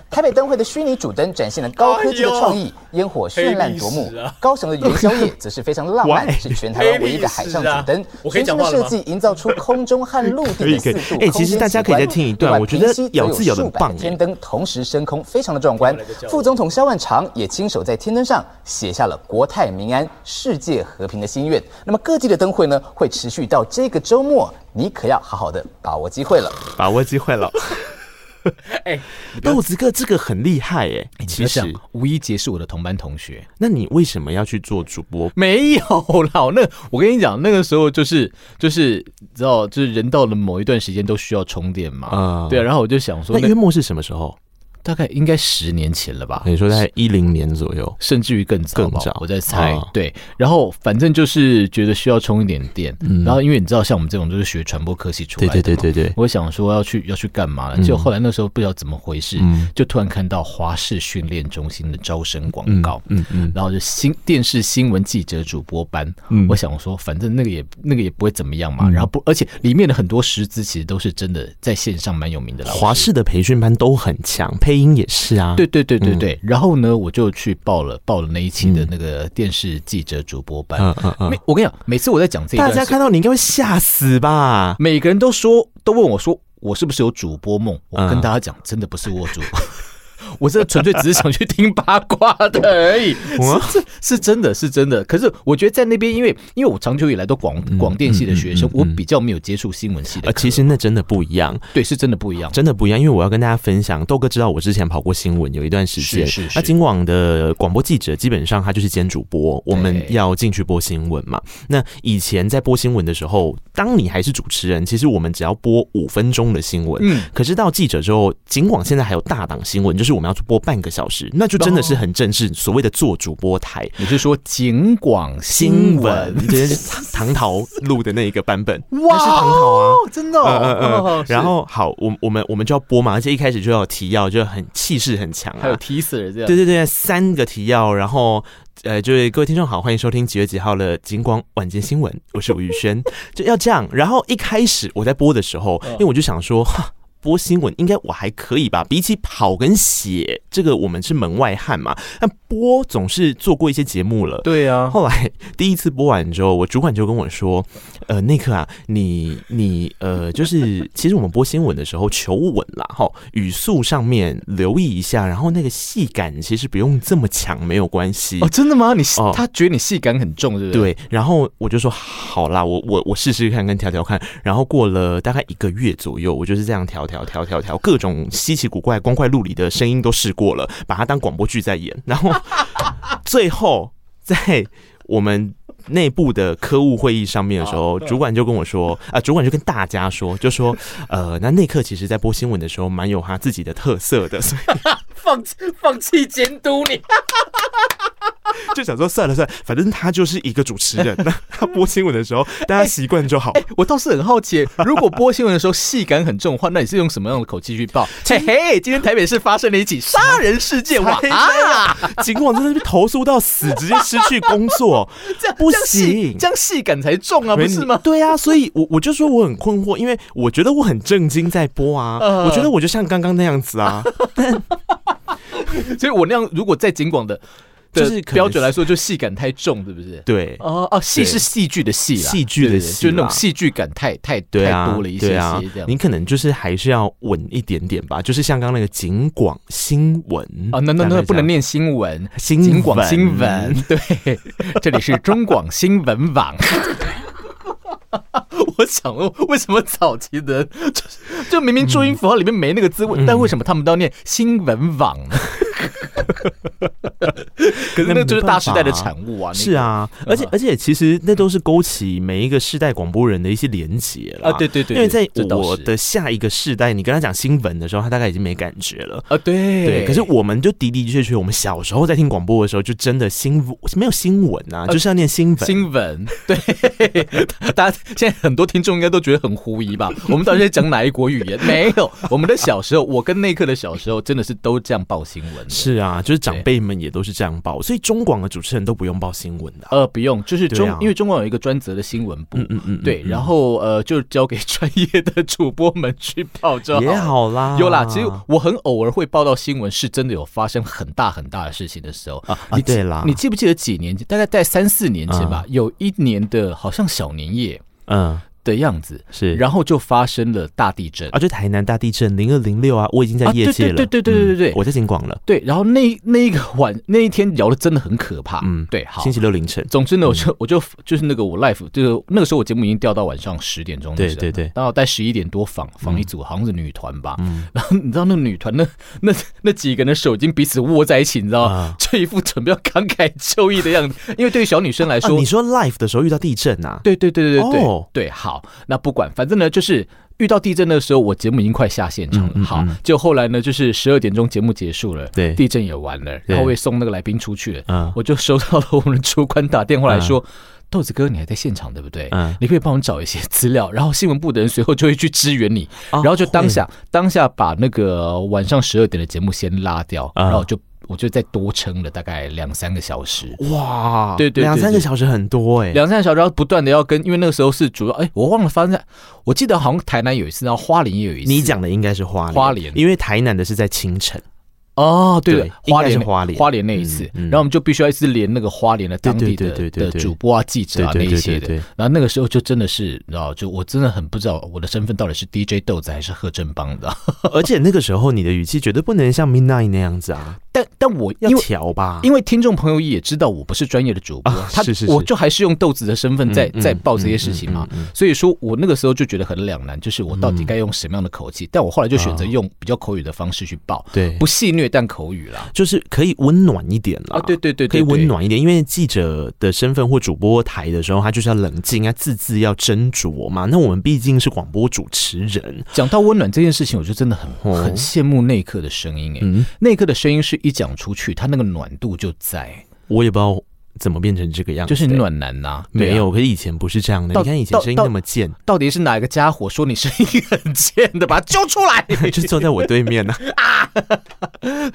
台北灯会的虚拟主灯展现了高科技的创意，烟火绚烂夺目；高雄的元宵夜则是非常浪漫，是全台湾唯一的海上主灯。全新的设计营造出空中和陆地的四度
哎其实大家可以再听一段我觉得咬字咬得很棒哎
天灯同时升空，非常的壮观。副总统萧万长也亲手在天灯上写下了国泰民安、世界和平的心愿。那么各地的灯会呢，会持续到这个周末，你可要好好的把握机会了。
把握机 会了。
哎，
豆子哥这个很厉害哎、
其
其
实
实，
吴一杰是我的同班同学，
那你为什么要去做主播？
没有啦。我那我跟你讲，那个时候就是就是，你知道，就是人到了某一段时间都需要充电嘛。
啊
对啊，然后我就想说，
那
那
约莫是什么时候？
大概应该十年前了吧。
哎你说在一零年左右，
甚至于更早吧，
更早
我在猜。
啊
对，然后反正就是觉得需要充一点电，然后因为你知道，像我们这种就是学传播科系出来的，
对嗯对嗯对对对，
我想说要去要去干嘛了，结果后来那时候不知道怎么回事，
嗯
就突然看到华视训练中心的招生广告，
嗯嗯，
然后就新电视新闻记者主播班，我想说反正那个也那个也不会怎么样
嗯
嘛，然后不而且里面的很多师资其实都是真的在线上蛮有名的老师
华视的培训班都很强，配音也是啊。
对，对对对对，然后呢，我就去报了报了那一期的那个电视记者主播班。
嗯嗯嗯
每，我跟你讲，每次我在讲这一段
大
时，
家看到你应该会吓死吧？
每个人都说，都问我说，我是不是有主播梦？我
嗯
跟大家讲，真的不是我主播。 我这纯粹只是想去听八卦的而 已，
哇
是是是真的是真的。可是我觉得在那边，因为因为我长久以来都广广电系的学生
嗯嗯，嗯嗯
我比较没有接触新闻系的
呃，
课，
其实那真的不一样，
对是真的不一样。
真的不一样，因为我要跟大家分享，豆哥知道我之前跑过新闻有一段时间，
是是是
那金广的广播记者基本上他就是兼主播，我们要进去播新闻嘛。那以前在播新闻的时候，当你还是主持人，其实我们只要播五分钟的新闻。
嗯，
可是到记者之后，尽管现在还有大档新闻，就是我们要去播半个小时，那就真的是很正式，所谓的做主播台
你是说警广
新
新
闻
闻，？
这是唐 陶录的那一个版本，
哇，
那是唐陶啊，
真的哦、
嗯嗯嗯
哦，
然后好，我我们我们就要播嘛，而且一开始就要有提要，就很气势很强
是还有
啊。
踢死人这样，
对对对，三个提要，然后呃，就是各位听众好，欢迎收听几月几号的《金光晚间新闻》，我是吴宇轩， 就要这样。然后一开始我在播的时候，
嗯
因为我就想说，哈，播新闻应该我还可以吧，比起跑跟写，这个我们是门外汉嘛，但播总是做过一些节目了，
对啊，
后来第一次播完之后，我主管就跟我说：“呃，那刻啊，你你呃，就是其实我们播新闻的时候求稳啦，哈，语速上面留意一下，然后那个戏感其实不用这么强，没有关系。
哦，真的吗？你、
哦
他觉得你戏感很重，对不对？
对，然后我就说好啦，我我我试试看，跟调调看。然后过了大概一个月左右，我就是这样调调调调调，各种稀奇古怪、光怪陆离的声音都试过了，把它当广播剧在演。然后最后在我们。内部的科务会议上面的时候，主管就跟我说，啊、主管就跟大家说，就说，呃，那内克其实在播新闻的时候，蛮有他自己的特色的，所以
放放弃监督你，
就想说算了算了，反正他就是一个主持人，那他播新闻的时候，大家习惯就好。
我倒是很好奇，如果播新闻的时候戏感很重的话，那你是用什么样的口气去 报？嘿
哎
嘿，今天台北市发生了一起杀人事件，哇
才
啊！
尽管真的被投诉到死，直接失去工作，
这样
不
这样戏
行
这样戏感才重啊，不是吗？
对啊，所以我我就说我很困惑，因为我觉得我很震惊在播啊，
呃
我觉得我就像刚刚那样子 啊，
所以我那样如果在警广的的
就是可能
标准来说，就戏感太重，对不是？
对。
哦哦，戏
对
是戏剧的戏啦，
戏剧的
对对对
戏
就那
啦
种戏剧感太太
对啊，
太多了一些
对
些
啊
这样，
你。可能就是还是要稳一点点吧，就是像刚刚那个警广新闻
啊，那那
大概这
那
样
不能念新闻，
新
警广新
闻
闻， 对，这里是中广新闻网。 我想问，为什么早期的人就就明明注音符号里面没那个字，
嗯
但为什么他们都要念新闻网呢？
嗯
可是那个就是大时代的产物啊，那个
是，啊，而且而且其实那都是勾起每一个世代广播人的一些连结了
啊对对对对
因为在
这倒是
我的下一个世代，你跟他讲新闻的时候，他大概已经没感觉了。
啊，对
对，可是我们就的的确确，我们小时候在听广播的时候，就真的新没有新闻啊，就是要念新闻。
呃新闻， 对，大家现在很多听众应该都觉得很狐疑 吧？我们到底在讲哪一国语言？没有，我们的小时候，我跟内克的小时候真的是都这样报新闻的。
是啊，就是长辈们也都是这样报，所以中广的主持人都不用报新闻的啊、
呃，不用，就是
对
中，
啊
因为中广有一个专责的新闻部，
嗯嗯嗯，嗯
对，然后呃，就交给专业的主播们去报就
也
好。
好啊啦，
有啦，其实我很偶尔会报道新闻，是真的有发生很大很大的事情的时候啊
啊对啦啊
你记不记得几年前？大概在三四年前吧，有一年的好像小年夜
嗯
的样子，
是，
然后就发生了大地震
啊，就台南大地震零二零六啊，我已经在
啊
业
对
界了，
对对对对对对
嗯我在警广了，
对，然后那那一个晚那一天聊的真的很可怕，嗯，对，好
星，期六凌晨，
总之呢，我就我就就是那个我 life，就是那个时候我节目已经掉到晚上十点钟的时候，
对对嗯对
然后在十一点多访访一组好像是女团吧， 然后你知道那女团那那那几个人的手已经彼此握在一起，你知道
啊
吗？这一副准备要慷慨就义的样子，因为对于小女生来
啊
说，
你说 live 的时候遇到地震啊？
对对对对对对、
哦
对，好，那不管，反正呢就是。遇到地震的时候，我节目已经快下现场了。
嗯嗯
好
嗯，
就后来呢，就是十二点钟节目结束了，
对
地震也完了，然后我也送那个来宾出去了。
嗯
我就收到了我们的主管打电话来说：“豆子哥，你还在现场对不对？
嗯
你可以帮我们找一些资料。”然后新闻部的人随后就会去支援你，
啊
然后就当下当下把那个晚上十二点的节目先拉掉，
嗯
然后就我就再多撑了大概两三个小时。
哎哇，
对对对
两三个
对
小时很多哎、
两三个小时，然后不断的要跟，因为那个时候是主要，哎，我忘了，发生在，我记得好像台南有一次，然后花莲也有一次。
你讲的应该是花莲，
花莲
因为台南的是在清晨，
哦，对
对
对，
应
花
该是
莲
花莲
花莲那一次，
嗯嗯
然后我们就必须要一直连那个花莲的当地
对
的
对对对对
的
对
主播啊、记者啊那
对对对
一些的
对对对。
然后那个时候就真的是，你知道，就我真的很不知道我的身份到底是 DJ 豆子还是贺正邦的。
而且那个时候你的语气绝对不能像 Midnight 那样子啊，
但但我
要
因为
调吧，
因为听众朋友也知道我不是专业的主播，
啊
他
是是是
我就还是用豆子的身份在、
嗯
在
嗯嗯
报这些事情嘛，所以说我那个时候就觉得很两难，就是我到底该用什么样的口气，但我后来就选择用比较口语的方式去报，
啊对
不戏谑但口语啦。
就是可以温暖一点啦。
啊对对对对
可以温暖一点，因为记者的身份或主播台的时候，他就是要冷静啊，字字要斟酌嘛。那我们毕竟是广播主持人，
讲到温暖这件事情，我就真的很、
哦
很羡慕那一刻的声音、哎、
嗯
那一刻的声音是一讲出去，它那个暖度就在，
我也不知道怎么变成这个样子、
就是暖男呐、对啊
没有，可是以前不是这样的。
到
你看以前声音
到
那么贱，
到底是哪个家伙说你声音很贱的，把他揪出来？
就坐在我对面呢、啊。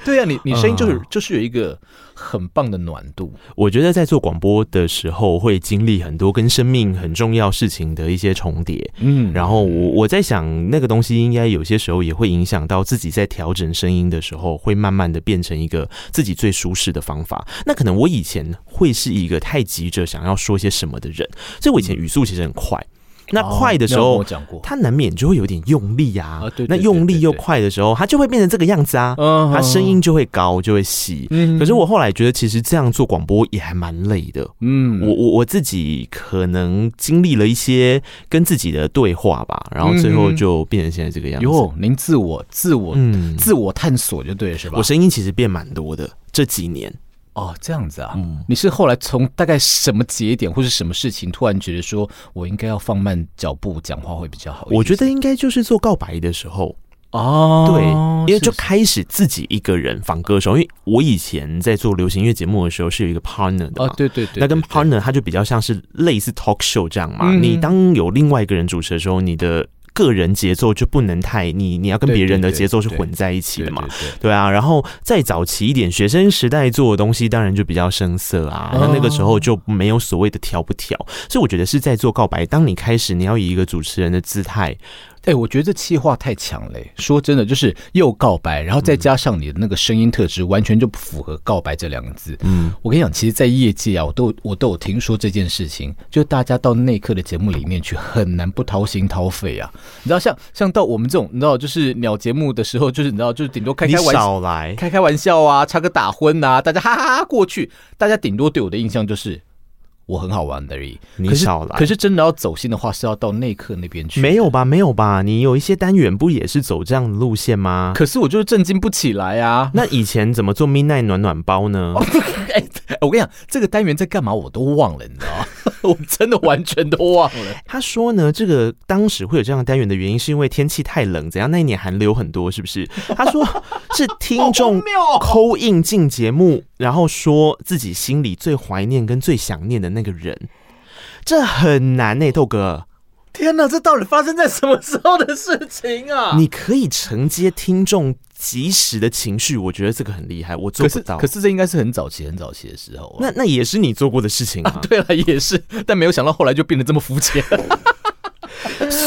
对啊，你你声音就是、
啊
就是有一个很棒的暖度，
我觉得在做广播的时候，会经历很多跟生命很重要事情的一些重叠。
嗯
然后我我在想，那个东西应该有些时候也会影响到自己在调整声音的时候，会慢慢的变成一个自己最舒适的方法。那可能我以前会是一个太急着想要说些什么的人，所以我以前语速其实很快。那快的时
嗯哦你有跟
候
我，讲过，
它难免就会有点用力啊。
啊对对
那用力又
对对对
快的时候，它就会变成这个样子啊。
嗯
它声音就会高，就会细。
嗯
可是我后来觉得，其实这样做广播也还蛮累的。
嗯
我我我自己可能经历了一些跟自己的对话吧，然后最
嗯
后
哼
就变成现在这个样子。
哟，您自我自我、
嗯
自我探索就对了是吧？
我声音其实变蛮多的这几年。
哦，这样子啊，你是后来从大概什么节点或是什么事情，突然觉得说我应该要放慢脚步，讲话会比较好一点？
我觉得应该就是做告白的时候，
哦，
对，因为就是开始自己一个人仿歌手。因为我以前在做流行音乐节目的时候是有一个 partner 的嘛，
哦，对对对，
那跟
对对
partner 他就比较像是类似 talk show 这样嘛。
嗯
你当有另外一个人主持的时候，你的个人节奏就不能太你你要跟
对
别人的
对对
节奏是
对
混在一起
对
的嘛。
对对
对啊，然后再早期一点，学生时代做的东西当然就比较生涩啊，那、
哦
那个时候就没有所谓的调不调，所以我觉得是在做告白。当你开始你要以一个主持人的姿态，
哎、我觉得这气话太强了、欸。说真的，就是又告白，然后再加上你的那个声音特质，完全就不符合“告白”这两个字。嗯，我跟你讲，其实，在业界啊，我都有我都有听说这件事情，就大家到那一刻的节目里面去，很难不掏心掏肺啊。你知道，像像到我们这种，你知道，就是鸟节目的时候，就是你知道，就是顶多开
你
开玩笑。
少来，
开开玩笑啊，插个打昏啊，大家哈哈哈过去，大家顶多对我的印象就是我很好玩而已。
你
可是
少来
可是真的要走心的话，是要到内客那边去。
没有吧？没有吧？你有一些单元不也是走这样的路线吗？
可是我就是震惊不起来啊！
那以前怎么做 midnight 暖暖包呢？
哎、我跟你讲，这个单元在干嘛我都忘了，你知道吗？ 我真的完全都忘了。
他说呢，这个当时会有这样的单元的原因，是因为天气太冷，怎样？那一年寒流很多，是 不是？他说是听众
哦
扣印进节目，然后说自己心里最怀念跟最想念的那个人，这很难呢、欸豆哥。
天哪，这到底发生在什么时候的事情啊？
你可以承接听众及时的情绪，我觉得这个很厉害，我做
可
不
是
到。
可是这应该是很早期很早期的时候啊。
那那也是你做过的事情啊
对了，也是，但没有想到后来就变得这么肤浅。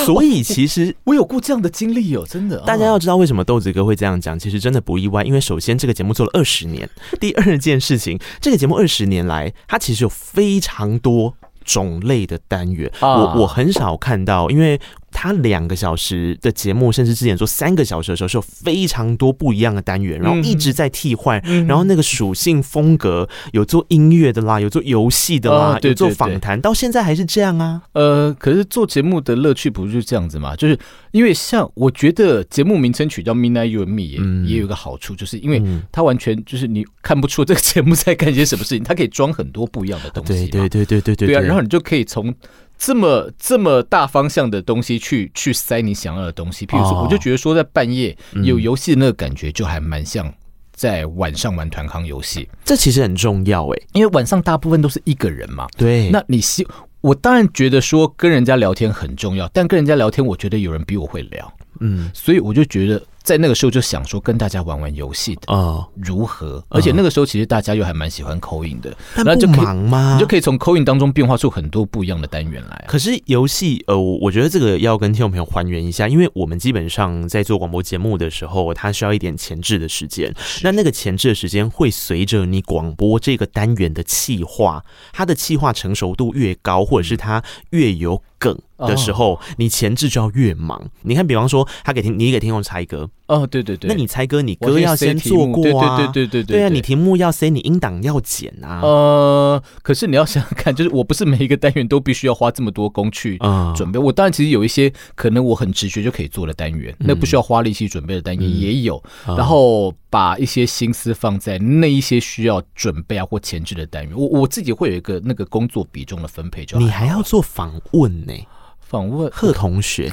所以其实
我有过这样的经历哦，真的。
大家要知道为什么豆子哥会这样讲，其实真的不意外，因为首先这个节目做了二十年，第二件事情，这个节目二十年来，它其实有非常多种类的单元，
啊
我我很少看到，因为。它两个小时的节目，甚至之前做三个小时的时候，是有非常多不一样的单元，
嗯
然后一直在替换，然后那个属性风格有做音乐的啦，有做游戏的啦，
啊对
有做
对对
访谈，到现在还是这样啊。
呃，可是做节目的乐趣不就是这样子吗？就是因为像我觉得节目名称取叫《Midnight You and Me》也、
嗯
也有一个好处，就是因为它完全就是你看不出这个节目在干些什么事情，它可以装很多不一样的东西
对
嘛。对
对对对对对
啊，然后你就可以从这么这么大方向的东西去去塞你想要的东西。譬如说，
哦嗯
我就觉得说在半夜有游戏的那个感觉，就还蛮像在晚上玩团康游戏，
这其实很重要欸诶、
因为晚上大部分都是一个人嘛。
对，
那你希，我当然觉得说跟人家聊天很重要，但跟人家聊天，我觉得有人比我会聊，
嗯，
所以我就觉得在那个时候就想说跟大家玩玩游戏的
哦，
如何？而且那个时候其实大家又还蛮喜欢口音的，
但
然后就
不
可以
忙啊吗
你就可以从口音当中变化出很多不一样的单元来啊。
可是游戏，呃，我我觉得这个要跟听众朋友还原一下，因为我们基本上在做广播节目的时候，它需要一点前置的时间。那那个前置的时间会随着你广播这个单元的气化，它的气化成熟度越高，或者是它越有梗的时候，
哦
你前置就要越忙。你看，比方说，他给听你给听众猜歌，
哦，对对对，
那你猜歌，你
我
歌
先
要
say
先
题目
做过啊，
对对对对对对
对啊，
对
你题目要 say，你音档要剪啊，
呃，可是你要想想看，就是我不是每一个单元都必须要花这么多工去
啊
准备。我当然其实有一些可能我很直觉就可以做的单元，
嗯
那不需要花力气准备的单元也有。
啊
然后把一些心思放在那一些需要准备啊或前置的单元，我我自己会有一个那个工作比重的分配就好。
你还要做访问呢、
访问，
贺同 学。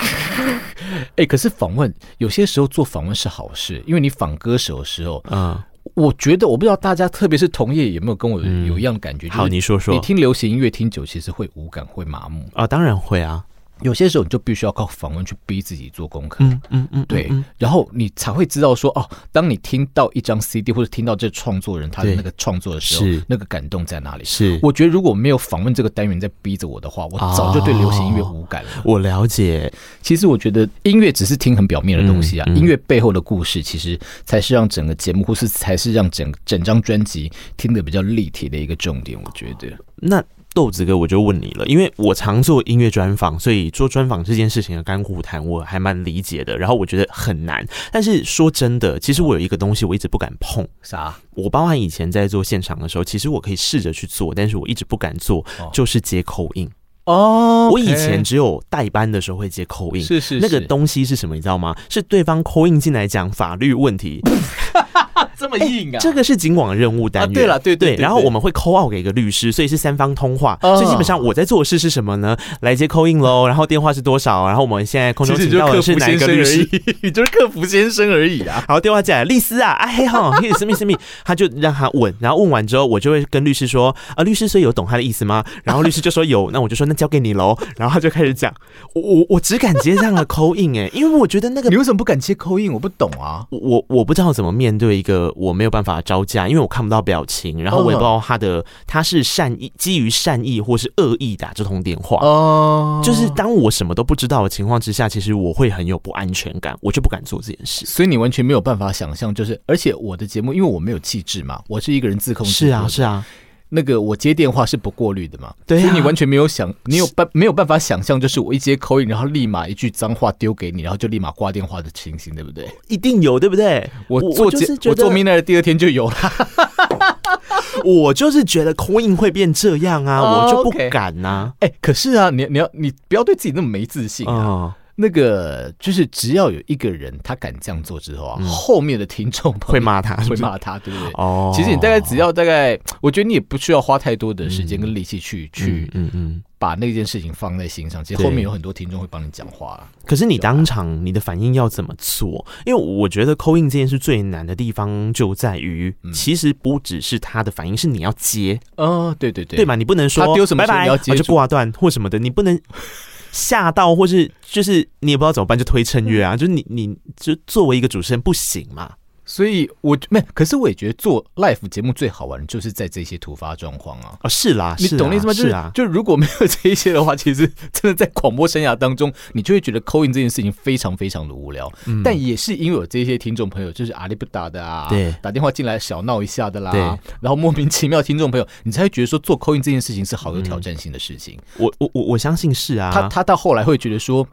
哎，可是访问有些时候做访问是好事，因为你访歌手的时候，
嗯，
我觉得我不知道大家，特别是同业有没有跟我有有一样的感觉。就是
好你说说
你听流行音乐听久，其实会无感，会麻木。
啊，当然会啊，
有些时候你就必须要靠访问去逼自己做功课。
嗯嗯嗯，
对，然后你才会知道说哦，当你听到一张 CD 或者听到这创作人他的
对
那个创作的时候
是，
那个感动在哪里？
是
我觉得如果没有访问这个单元在逼着我的话，我早就对流行音乐无感了。
我了解，
其实我觉得音乐只是听很表面的东西啊，
嗯
音乐背后的故事其实才是让整个节目或是才是让整整张专辑听得比较立体的一个重点。我觉得
那豆子哥，我就问你了，因为我常做音乐专访，所以做专访这件事情的干股谈我还蛮理解的。然后我觉得很难，但是说真的，其实我有一个东西我一直不敢碰。
啥？
我包含以前在做现场的时候，其实我可以试着去做，但是我一直不敢做，就是接口音。
哦
我以前只有代班的时候会接口音，
是是
那个
是
东西是什么，你知道吗？是对方口音进来讲法律问题，
这么
哎
硬啊，
这个是警网的任务单元。
啊对了对对
对
对
然后
对
我们会扣 out 给一个律师，所以是三方通话。
哦
所以基本上我在做的事是什么呢？来接扣印喽，然后电话是多少？然后我们现在空中请到的是哪一个律师？
已， 你就是客服先生而已啊。
然后电话进来，律师啊，啊嘿哈，嘿思密思密，他就让他问，然后问完之后，我就会跟律师说，啊，律师，所以有懂他的意思吗？然后律师就说有，那我就说那交给你喽。然后他就开始讲，我我我只敢接这样的扣印哎，因为我觉得那个
你为什么不敢接扣印？我不懂啊。
我我我不知道怎么面对一个我没有办法招架，因为我看不到表情，然后我也不
嗯
知道他的他是善意基于善意或是恶意打这通电话。
哦
就是当我什么都不知道的情况之下，其实我会很有不安全感，我就不敢做这件事。
所以你完全没有办法想象，就是而且我的节目，因为我没有气质嘛，我是一个人自控制
是
作
啊，
的
是啊，
那个我接电话是不过滤的嘛，
对啊
所以你完全没有想，你有办没有办法想象，就是我一接口音，然后立马一句脏话丢给你，然后就立马挂电话的情形，对不对？
一定有，对不对？
我
我
做
就
节
是觉
我
得
做 Mina 的第二天就有了，
我就是觉得 coin 会变这样啊，
哦
我就不
OK
敢呐、
哎、可是啊，你你要你不要对自己那么没自信啊。
哦，
那个就是只要有一个人他敢这样做之后啊，后面的听众朋友
嗯会骂他是
会
不是
骂他，对不对？
哦
其实你大概只要大概，我觉得你也不需要花太多的时间跟力气去、去
嗯嗯。
把那件事情放在心上。其实
对
后面有很多听众会帮你讲话啊。
可是你当场你的反应要怎么做？因为我觉得扣印这件事最难的地方就在于，
嗯
其实不只是他的反应，是你要接，
哦，对对对，
对？嘛？你不能说
他丢什么
拜
球
拜，
你要
我
接
就
住
挂断或什么的，你不能吓到，或是就是你也不知道怎么办，就推趁月啊，
嗯
就是你你就作为一个主持人不行嘛。
所以我没，可是我也觉得做 live 节目最好玩的就是在这些突发状况啊。
哦，是啦，
你
是
懂
啦
那意思吗？就是、
是啊，
就如果没有这一些的话，其实真的在广播生涯当中，你就会觉得扣印这件事情非常非常的无聊。
嗯
但也是因为有这些听众朋友，就是阿里不达的啊，
对
打电话进来小闹一下的啦，
对
然后莫名其妙听众朋友，你才会觉得说做扣印这件事情是好有挑战性的事情。
我我我我相信是嗯啊。
他他到后来会觉得说，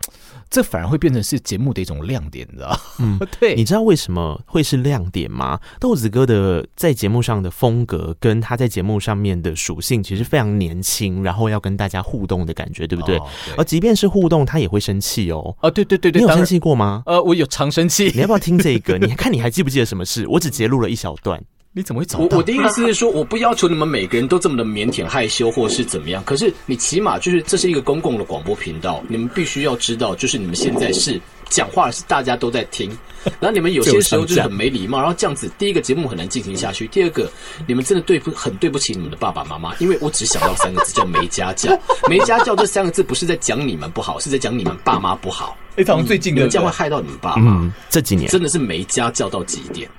这反而会变成是节目的一种亮点，你知道吗？嗯， 对，
你知道为什么会是亮点吗？豆子哥的在节目上的风格跟他在节目上面的属性其实非常年轻，然后要跟大家互动的感觉，对不对？
哦对
而即便是互动，他也会生气哦。
啊，对对对
你
对，
有
当
生
然，
气过 吗？
呃，我有常生气，
你要不要听这个？你看你还记不记得什么事？我只截录了一小段。
你怎么会找我我的意思是说，我不要求你们每个人都这么的腼腆害羞或是怎么样，可是你起码就是这是一个公共的广播频道，你们必须要知道，就是你们现在是讲话是大家都在听，
然后你们有些时候就是很没礼貌，然后这样子，第一个节目很难进行下去，第二个你们真的对不很对不起你们的爸爸妈妈，因为我只想到三个字叫没家教，没家教这三个字不是在讲你们不好，是在讲你们爸妈不好，
哎，好像最近
你
的
们这样会害到你们爸妈，
嗯，这几年
真的是没家教到极点。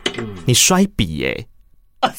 你摔笔耶、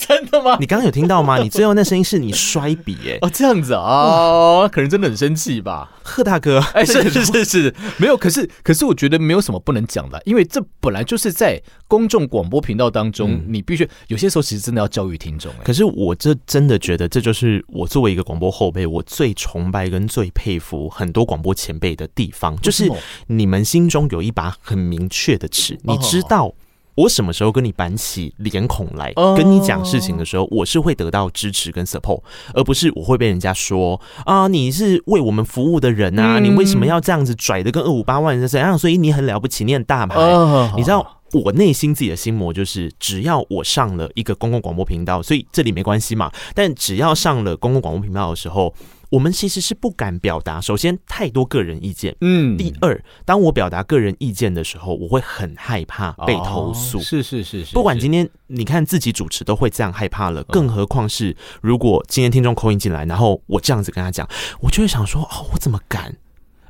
真的吗？
你刚刚有听到吗？你最后那声音是你摔笔耶、
哦，这样子啊，哦，可能真的很生气吧。
贺大哥，
哎，是是是是，没有。可是可是，我觉得没有什么不能讲的，因为这本来就是在公众广播频道当中，你必须有些时候其实真的要教育听众。哎
可是我这真的觉得，这就是我作为一个广播后辈，我最崇拜跟最佩服很多广播前辈的地方，就
为
是
什么
你们心中有一把很明确的尺，
哦
你知道。我什么时候跟你板起脸孔来
哦
跟你讲事情的时候，我是会得到支持跟 support，而不是我会被人家说啊，你是为我们服务的
嗯
人啊，你为什么要这样子拽的跟二五八万人怎样？所以你很了不起，你很大牌。
哦
你知道我内心自己的心魔就是，只要我上了一个公共广播频道，所以这里没关系嘛。但只要上了公共广播频道的时候，我们其实是不敢表达，首先太多个人意见。
嗯
第二，当我表达个人意见的时候，我会很害怕被投诉。
哦是是是是，
不管今
天
天你看自己主持都会这样害
嗯
怕了，更何况是如果今天听众扣音进来，然后我这样子跟他讲，我就会想说，哦，我怎么敢？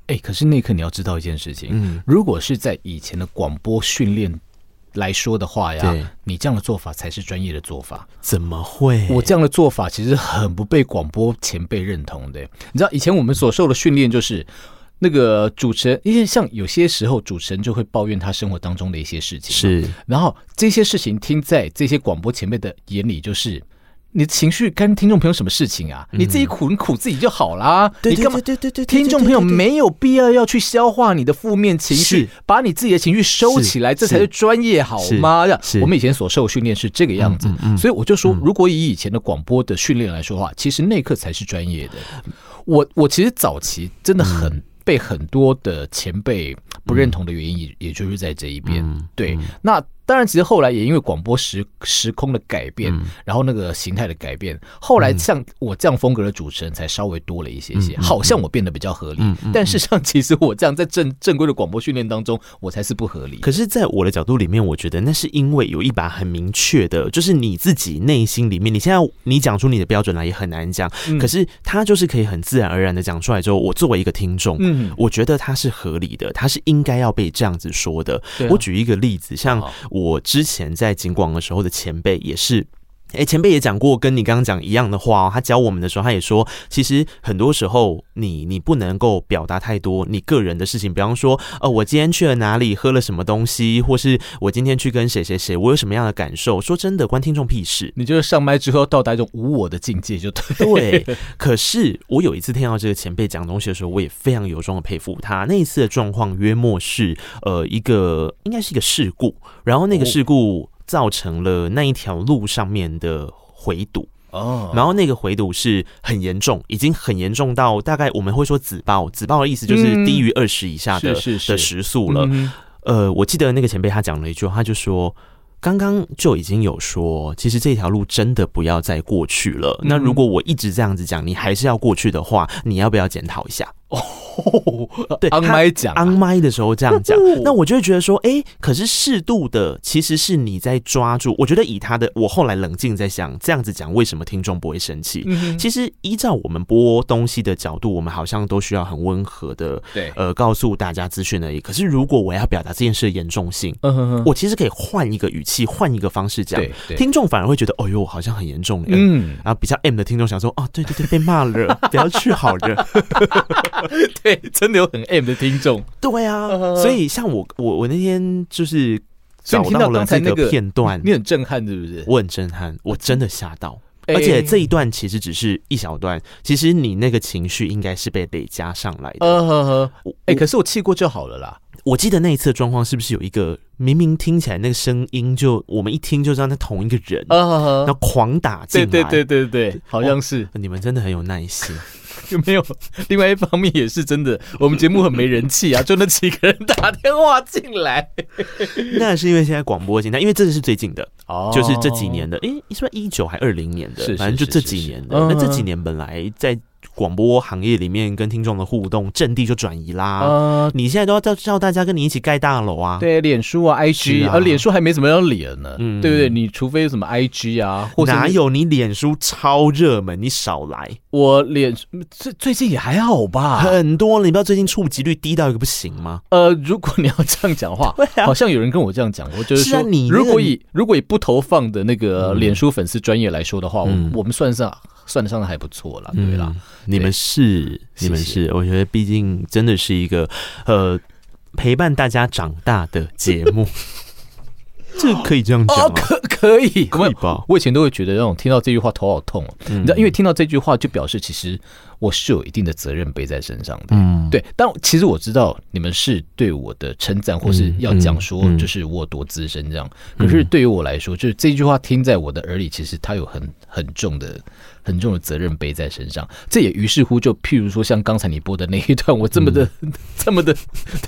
哎，可是那一刻你要知道一件事情，
嗯
如果是在以前的广播训练。来说的话
对
呀，你这样的做法才是专业的做法。
怎么会？
我这样的做法其实很不被广播前辈认同的。你知道以前我们所受的训练就是，那个主持人，因为像有些时候主持人就会抱怨他生活当中的一些事情，，
是
然后这些事情听在这些广播前辈的眼里就是。你的情绪干听众朋友什么事情啊？你自己苦，你苦自己就好啦。
嗯对
你干嘛？
对对对对对对
听众朋友没有必要要去消化你的负面情绪
是，
把你自己的情绪收起来，
是
这才是专业好吗？
是
这样
是嗯
我们以前所受的训练是这个样子，所以我就说，如果以以前的广播的训练来说的话，其实那一刻才是专业的。我我其实早期真的
嗯
很、被很多的前辈不认同的原因，也、也就是在这一边。
嗯
对，那当然，其实后来也因为广播时时空的改变，
嗯
然后那个形态的改变，后来像我这样风格的主持人才稍微多了一些些，
嗯
好像我变得比较合理，但事实上，其实我这样在正正规的广播训练当中，我才是不合理。
可是，在我的角度里面，我觉得那是因为有一把很明确的，就是你自己内心里面，你现在你讲出你的标准来也很难讲，
嗯
可是他就是可以很自然而然的讲出来之后，我作为一个听众，
嗯
我觉得他是合理的，他是应该要被这样子说的。
对啊
我举一个例子，像
好
我之前在警广的时候的前辈也是。哎，前辈也讲过跟你刚刚讲一样的话哦。他教我们的时候，他也说，其实很多时候你你不能够表达太多你个人的事情，比方说，呃，我今天去了哪里，喝了什么东西，或是我今天去跟谁谁谁，我有什么样的感受。说真的，关听众屁事。
你就是上麦之后到达一种无我的境界，就对。
对， 可是我有一次听到这个前辈讲东西的时候，我也非常由衷的佩服他。那一次的状况约莫是呃一个应该是一个事故，然后那个
哦
事故造成了那一条路上面的回堵。
哦
然后那个回堵是很严重，已经很严重到大概我们会说紫爆，紫爆的意思就是低于二十以下的、
嗯是是是
的时速了。
嗯
呃，我记得那个前辈他讲了一句话，他就说。刚刚就已经有说，其实这条路真的不要再过去了。那如果我一直这样子讲，你还是要过去的话，你要不要检讨一下？对，
昂
他
麦讲啊哦
昂麦的时候这样讲，那我就会觉得说，诶，可是适度的其实是你在抓住。我觉得以他的，我后来冷静在想，这样子讲为什么听众不会生气？
嗯
其实依照我们播东西的角度，我们好像都需要很温和的，
对
呃，告诉大家资讯而已。可是如果我要表达这件事的严重性，
嗯哼哼
我其实可以换一个语气，换一个方式讲
对，对
听众反而会觉得，哦呦，好像很严重。嗯。
嗯，
然后比较 M 的听众想说，哦，对对对，被骂了， 不要去好了。
对，真的有很 M 的听众，
对啊，
嗯
所以像我我我那天就是
所以
找
你听到
了
刚才
这
那个
片段，
你很震撼，对不对？
我很震撼，我真的吓到。
哎
而且这一段其实只是一小段，其实你那个情绪应该是被累加上来的。
呃呵呵，
我
哎、可是我气过就好了啦。
我记得那一次的状况是不是有一个明明听起来那个声音就我们一听就知道那同一个人，
呃呵呵
然后狂打进
对
来。
对对对对，好像是、
你们真的很有耐心，
有没有？另外一方面也是真的，我们节目很没人气啊，就那几个人打电话进来。
那是因为现在广播形态，因为这是最近的，
哦
就是这几年的，诶、是不是一九还二零年的，
是是
反正就是这
是
几
是
年的。
嗯
那这几年本来在广播行业里面跟听众的互动阵地就转移啦。
呃，
你现在都要叫叫大家跟你一起盖大楼啊。
对，脸书啊，IG
是啊
啊，脸书还没怎么要脸呢，
嗯
对不对？你除非有什么 IG 啊，或者
哪有你脸书超热门？你少来，
我脸最最近也还好 吧？
很多了。你不知道最近触及率低到一个不行吗？
呃，如果你要这样讲 话，好像有人跟我这样讲过，就是
啊是啊
说，
你那个
如果以如果以不投放的那个脸书粉丝专业来说的话，
嗯
我我们算上算得上还不错啦，对啦
嗯，，你们是，
谢谢
你们是，我觉得毕竟真的是一个呃陪伴大家长大的节 目，这可以这样讲
哦，
吗？
可 可以，
可以吧嗯
我以前都会觉得那种听到这句话头好痛哦，你知道，因为听到这句话就表示其实我是有一定的责任背在身上的。
嗯，
对，但其实我知道你们是对我的称赞，或是要讲说
嗯嗯嗯嗯
就是我有多资深这样。可是对于我来说，就是这句话听在我的耳里，其实它有很很重的、很重的责任背在身上。这也于是乎就譬如说，像刚才你播的那一段，我这么的、 这么的，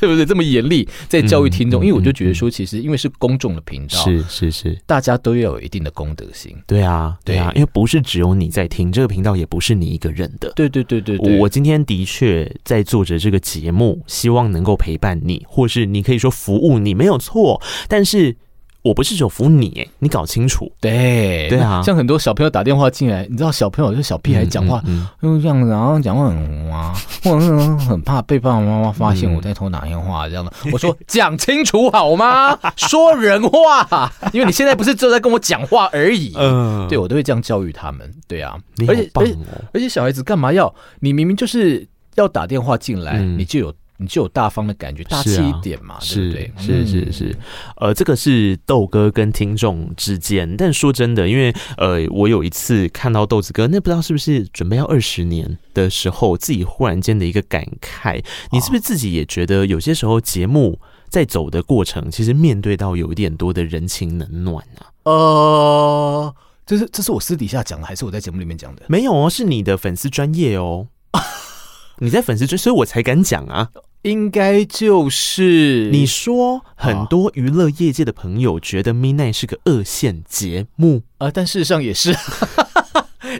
对不对？这么严厉在教育听众，
嗯嗯嗯
因为我就觉得说，其实因为是公众的频道，
是是是，
大家都要有一定的公德心。
对啊，对啊，
对
因为不是只有你在听这个频道，也不是你一个人的。
对对对对对，
我我今天的确在做着这个节目，希望能够陪伴你，或是你可以说服务你，没有错。但是我不是只有服务你，哎你搞清楚。
对
对啊
像很多小朋友打电话进来，你知道小朋友就小屁孩哎讲话，
嗯
就这样子，然后讲话很红 啊，或者是很怕被爸爸妈妈发
嗯
现我在偷打电话这样的。我说讲清楚好 吗？说人话，因为你现在不是只有在跟我讲话而已。
嗯
对，我都会这样教育他们。对啊，
你好
呃而且
棒
而且
哦！
而且小孩子干嘛要？你明明就是要打电话进来，
嗯
你就有你就有大方的感觉，大气
是啊
一点嘛，对
是
不对？
是是
嗯
是，呃，这个是豆哥跟听众之间，但说真的，因为呃，我有一次看到豆子哥，那不知道是不是准备要二十年的时候，自己忽然间的一个感慨，你是不是自己也觉得有些时候节目在走的过程，其实面对到有一点多的人情冷暖啊？
呃，这是这是我私底下讲的，还是我在节目里面讲的？
没有哦，是你的粉丝专业哦。 你在粉丝专，所以我才敢讲啊！
应该就是
你说
啊
很多娱乐业界的朋友觉得《Midnight》是个二线节目，
啊，但事实上也是，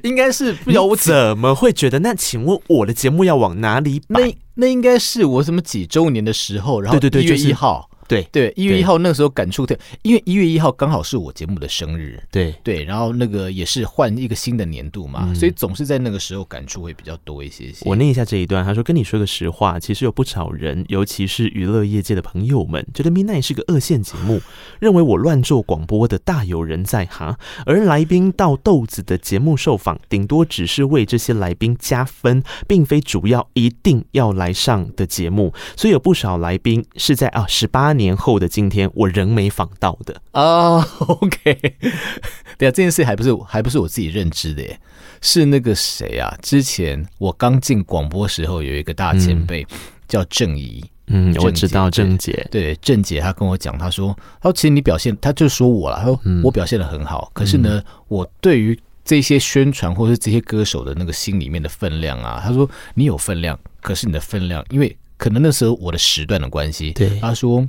应该是不
你
了我几
怎么会觉得？那请问我的节目要往哪里摆？
那那应该是我什么几周年的时候，然后
对对对
一月
就是
一号，
对
对一月
对
一号那个时候感触特，因为一月一号刚好是我节目的生日。
对，
对，然后那个也是换一个新的年度嘛，所以总是在那个时候感触会比较多一些些。
我念一下这一段，他说：“跟你说个实话，其实有不少人，尤其是娱乐业界的朋友们，觉得《Midnight》是个二线节 目，认为我乱做广播的大有人在哈。而来宾到豆子的节目受访，顶多只是为这些来宾加分，并非主要一定要来上的节目。所以有不少来宾是在啊十八年后的今天，我仍没访到的。
啊、o k 对啊，这件事还不是还不是我自己认知的耶，是那个谁啊？之前我刚进广播时候有一个大前辈、叫郑怡，
嗯，我
郑
知
姐
道
对
郑姐，
对郑姐，她跟我讲，她说，她说其实你表现，她就说我了，她说
嗯
我表现的很好，可是呢，我对于这些宣传或是这些歌手的那个心里面的分量啊，她说你有分量，可是你的分量，因为可能那时候我的时段的关系，
对
她说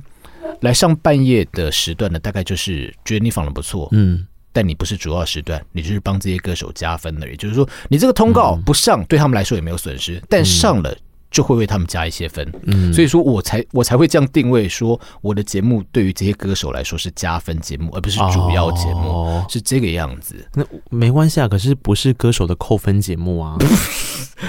来上半夜的时段呢，大概就是觉得你仿的不错，
嗯，
但你不是主要时段，你就是帮这些歌手加分的，也就是说，你这个通告
嗯
不上、对他们来说也没有损失，但上了。就会为他们加一些分，嗯，所以说我才我才会这样定位，说我的节目对于这些歌手来说是加分节目，而不是主要节目，
哦
是这个样子。
那没关系啊，可是不是歌手的扣分节目啊。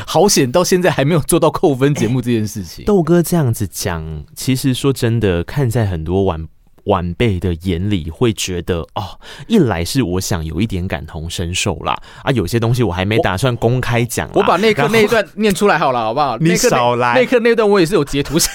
好险，到现在还没有做到扣分节目这件事 情。
豆哥这样子讲，其实说真的，看在很多晚。晚辈的眼里会觉得哦，一来是我想有一点感同身受啦，啊，有些东西我还没打算公开讲啦。
我把那
啊然
刻
后
那一段念出来好了，好不好？
你
那刻那
少来
那刻那段我也是有截图下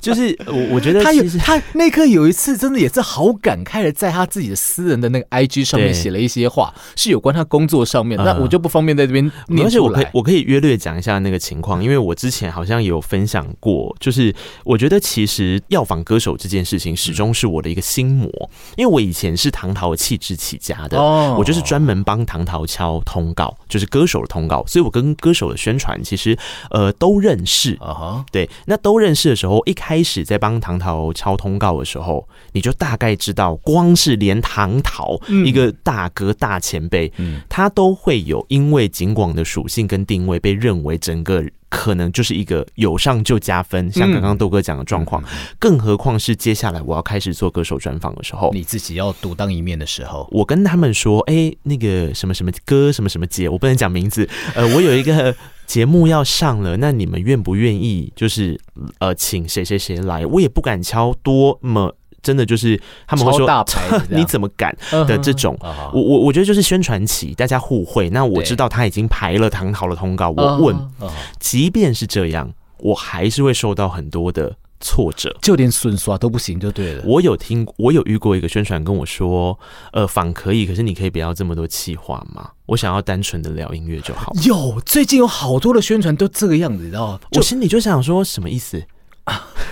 就是我我觉得
他有
其实
他那刻有一次真的也是好感慨的，在他自己的私人的那个 IG 上面
对
写了一些话，是有关他工作上面。那
嗯
我就不方便在这边
没
念
关系，
出
我可以
来。
我可以约略讲一下那个情况，因为我之前好像也有分享过，就是我觉得其实要访歌手这件事情始
嗯
终是我的一个心魔，因为我以前是唐桃的气质起家的，
哦
我就是专门帮唐桃敲通告，就是歌手的通告，所以我跟歌手的宣传其实呃都认识。
啊哈，
对，那都认识的时候，一开始在帮唐桃抄通告的时候，你就大概知道，光是连唐桃、一个大哥大前辈，他都会有因为景广的属性跟定位被认为整个。可能就是一个有上就加分，像刚刚豆哥讲的状况，更何况是接下来我要开始做歌手专访的时候，
你自己要独当一面的时候，
我跟他们说，哎、那个什么什么哥，什么什么姐，我不能讲名字， 呃，我有一个节目要上了，那你们愿不愿意？就是呃，请谁谁谁来？我也不敢敲多么。真的就是他们会
超
说
大 牌的这样
你怎么敢的这种，
嗯哼哼
我我我觉得就是宣传期，大家互惠。那我
对
知道他已经排了唐桃的通告，我
嗯
问，
嗯
即便是这样，我还是会受到很多的挫折。
就连损刷都不行就对了。
我有听，我有遇过一个宣传跟我说，呃，仿可以，可是你可以不要这么多气话吗？我想要单纯的聊音乐就好。
有最近有好多的宣传都这个样子，你知道吗？
我
就
心里就想说，什么意思？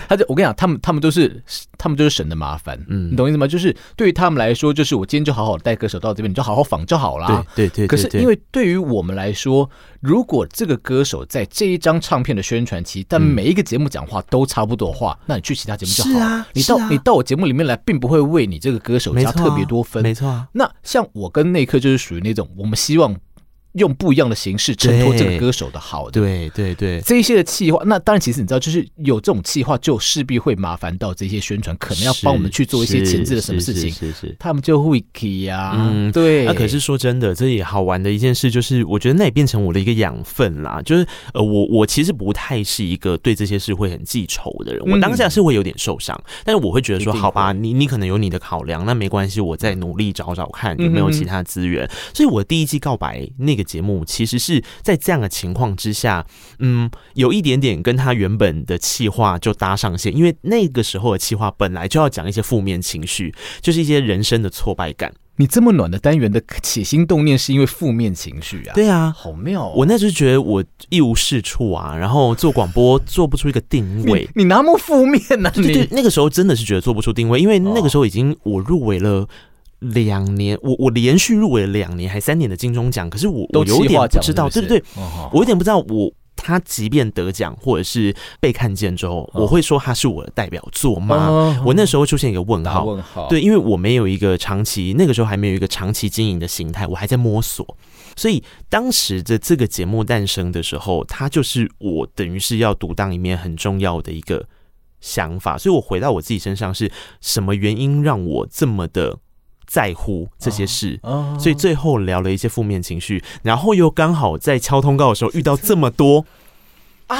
他就我跟你讲，他们他们都是他们就是省的麻烦，嗯，你懂意思吗？就是对于他们来说，就是我今天就好好带歌手到这边，你就好好仿就好啦。
对对对对
可是
对
啊因为对于我们来说，如果这个歌手在这一张唱片的宣传期，但每一个节目讲话都差不多的话，那你去其他节目就好了。
嗯是啊
你到、
是啊
你到我节目里面来，并不会为你这个歌手
没
加
错啊、
特别多分，
没错啊。
那像我跟内克就是属于那种，我们希望用不一样的形式衬托这个歌手的好的。
对对对，
这一些的企划，那当然，其实你知道，就是有这种企划，就势必会麻烦到这些宣传，可能要帮我们去做一些前置的什么事情，
是是是是是
他们就会给呀，
嗯
对。
那、可是说真的，这也好玩的一件事，就是我觉得那也变成我的一个养分啦。就是呃，我我其实不太是一个对这些事会很记仇的人，我当下是会有点受伤，但是我会觉得
一
说，
定
好吧，你你可能有你的考量，那没关系，我再努力找找看有没有其他资源。所以我第一季告白那个节目，其实是在这样的情况之下，嗯，有一点点跟他原本的气话就搭上线，因为那个时候的气话本来就要讲一些负面情绪，就是一些人生的挫败感。
你这么暖的单元的起心动念，是因为负面情绪啊？，
对啊，
好妙、哦。
我那时候觉得我一无是处啊，然后做广播做不出一个定位
你。你那么负面呢、
对 对
你，
那个时候真的是觉得做不出定位，因为那个时候已经我入围了。两年，我我连续入围了两年还三年的金钟奖，可是我
都
我有
企
点
划
不
奖
知道，
是
对
不
对
是
对，
哦
我有点不知道我。他即便得奖或者是被看见之后，我会说他是我的代表作
哦
吗？我那时候出现一个问
打
号，
问号。
对，因为我没有一个长期，那个时候还没有一个长期经营的形态，我还在摸索。所以当时的这个节目诞生的时候，它就是我等于是要独当一面很重要的一个想法。所以我回到我自己身上，是什么原因让我这么的在乎这些事？
哦
所以最后聊了一些负面情绪，然后又刚好在敲通告的时候遇到这么多，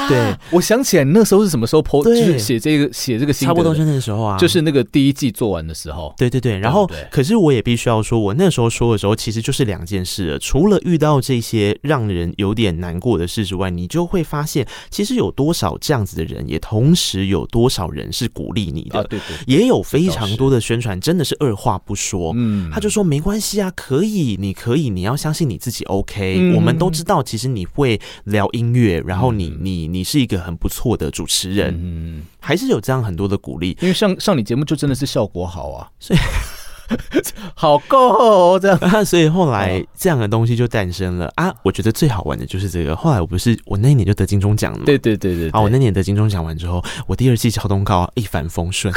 对，
我想起来那时候是什么时候 po，就
对
是写这个写这个心
差
得
不多
的
是那个时候啊，
就是那个第一季做完的时候，
对对对，然后
对不对
可是我也必须要说，我那时候说的时候，其实就是两件事了。除了遇到这些让人有点难过的事之外，你就会发现，其实有多少这样子的人，也同时有多少人是鼓励你的。
啊，对对，
也有非常多的宣传，真的是二话不说，
嗯
他就说没关系啊，可以，你可以，你要相信你自己，OK、
嗯
我们都知道，其实你会聊音乐，然后你你你是一个很不错的主持人，
嗯，
还是有这样很多的鼓励。
因为上上你节目就真的是效果好啊，所以 好够哦，这样
啊，所以后来
嗯
这样的东西就诞生了啊！我觉得最好玩的就是这个。后来我不是我那一年就得金钟奖了嘛？
对对对对，
啊，我那年得金钟奖完之后，我第二季敲通告一帆 风顺。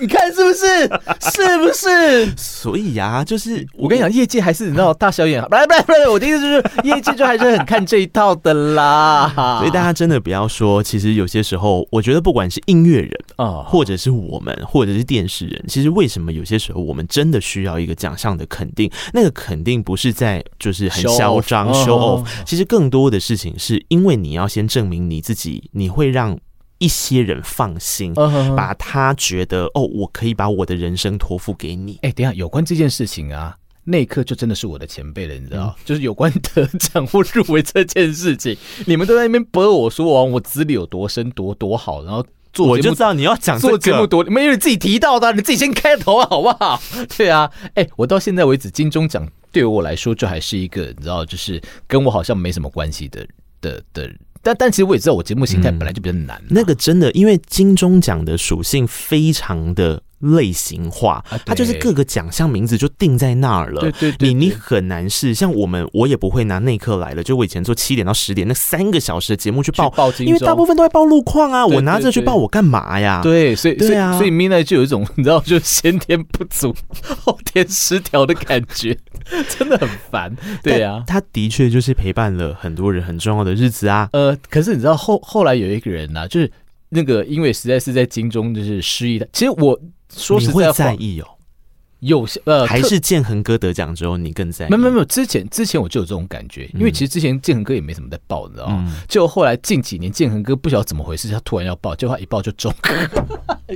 你看是不是是不 是？
所以呀、就是
我跟你讲，，业界还是你知道大小眼，不是不是不是，我的意思就是业界就还是很看这一套的啦，
所以大家真的不要说，其实有些时候，我觉得不管是音乐人
哦
或者是我们，或者是电视人，其实为什么有些时候我们真的需要一个奖项的肯定？那个肯定不是在就是很
Show off
嚣张
哦
show off，其实更多的事情是因为你要先证明你自己，你会让一些人放心，
嗯
把他觉得哦，我可以把我的人生托付给你。
哎、等一下，有关这件事情啊，那一刻就真的是我的前辈了，你知道，
嗯
就是有关得奖或入围这件事情， 你们都在那边驳我说完我资历有多深多多好，然后做
我
节
就
目
知道你要讲这
做节目
个，
多，没有你自己提到的啊、你自己先开头啊 好不好？对啊，哎、我到现在为止，金钟奖对我来说就还是一个，你知道，就是跟我好像没什么关系的的的，但但其实我
嗯
也知道，我节目形态本来就比较难啊、
那个真的，因为金钟奖的属性非常的类型化，
啊
它就是
对
各个奖项名字就定在那儿了。
对对对
你你
对
很难是像我们，我也不会拿那一刻来了。就我以前做七点到十点那三个小时的节目去报，
报金
因为
钟
大部分都在报路况啊，
对
我拿着去
对
报我干嘛呀？
对，所以
对啊
所以所以 Mina 就有一种你知道，就先天不足，后天失调的感觉， 真的很烦。对啊，
但他的确就是陪伴了很多人很重要的日子啊。
呃，可是你知道后后来有一个人呐、啊就是那个因为实在是在金钟就是失忆的，其实我说
你
实
会
在
在
话，
意哦，
有些呃
还
特
是建恒哥得奖之后你更在意？嗯
没有没有没有，之前之前我就有这种感觉，因为其实之前建恒哥也没什么在报，你知道吗？就后来近几年建恒哥不晓得怎么回事，他突然要报，结果他一报就中，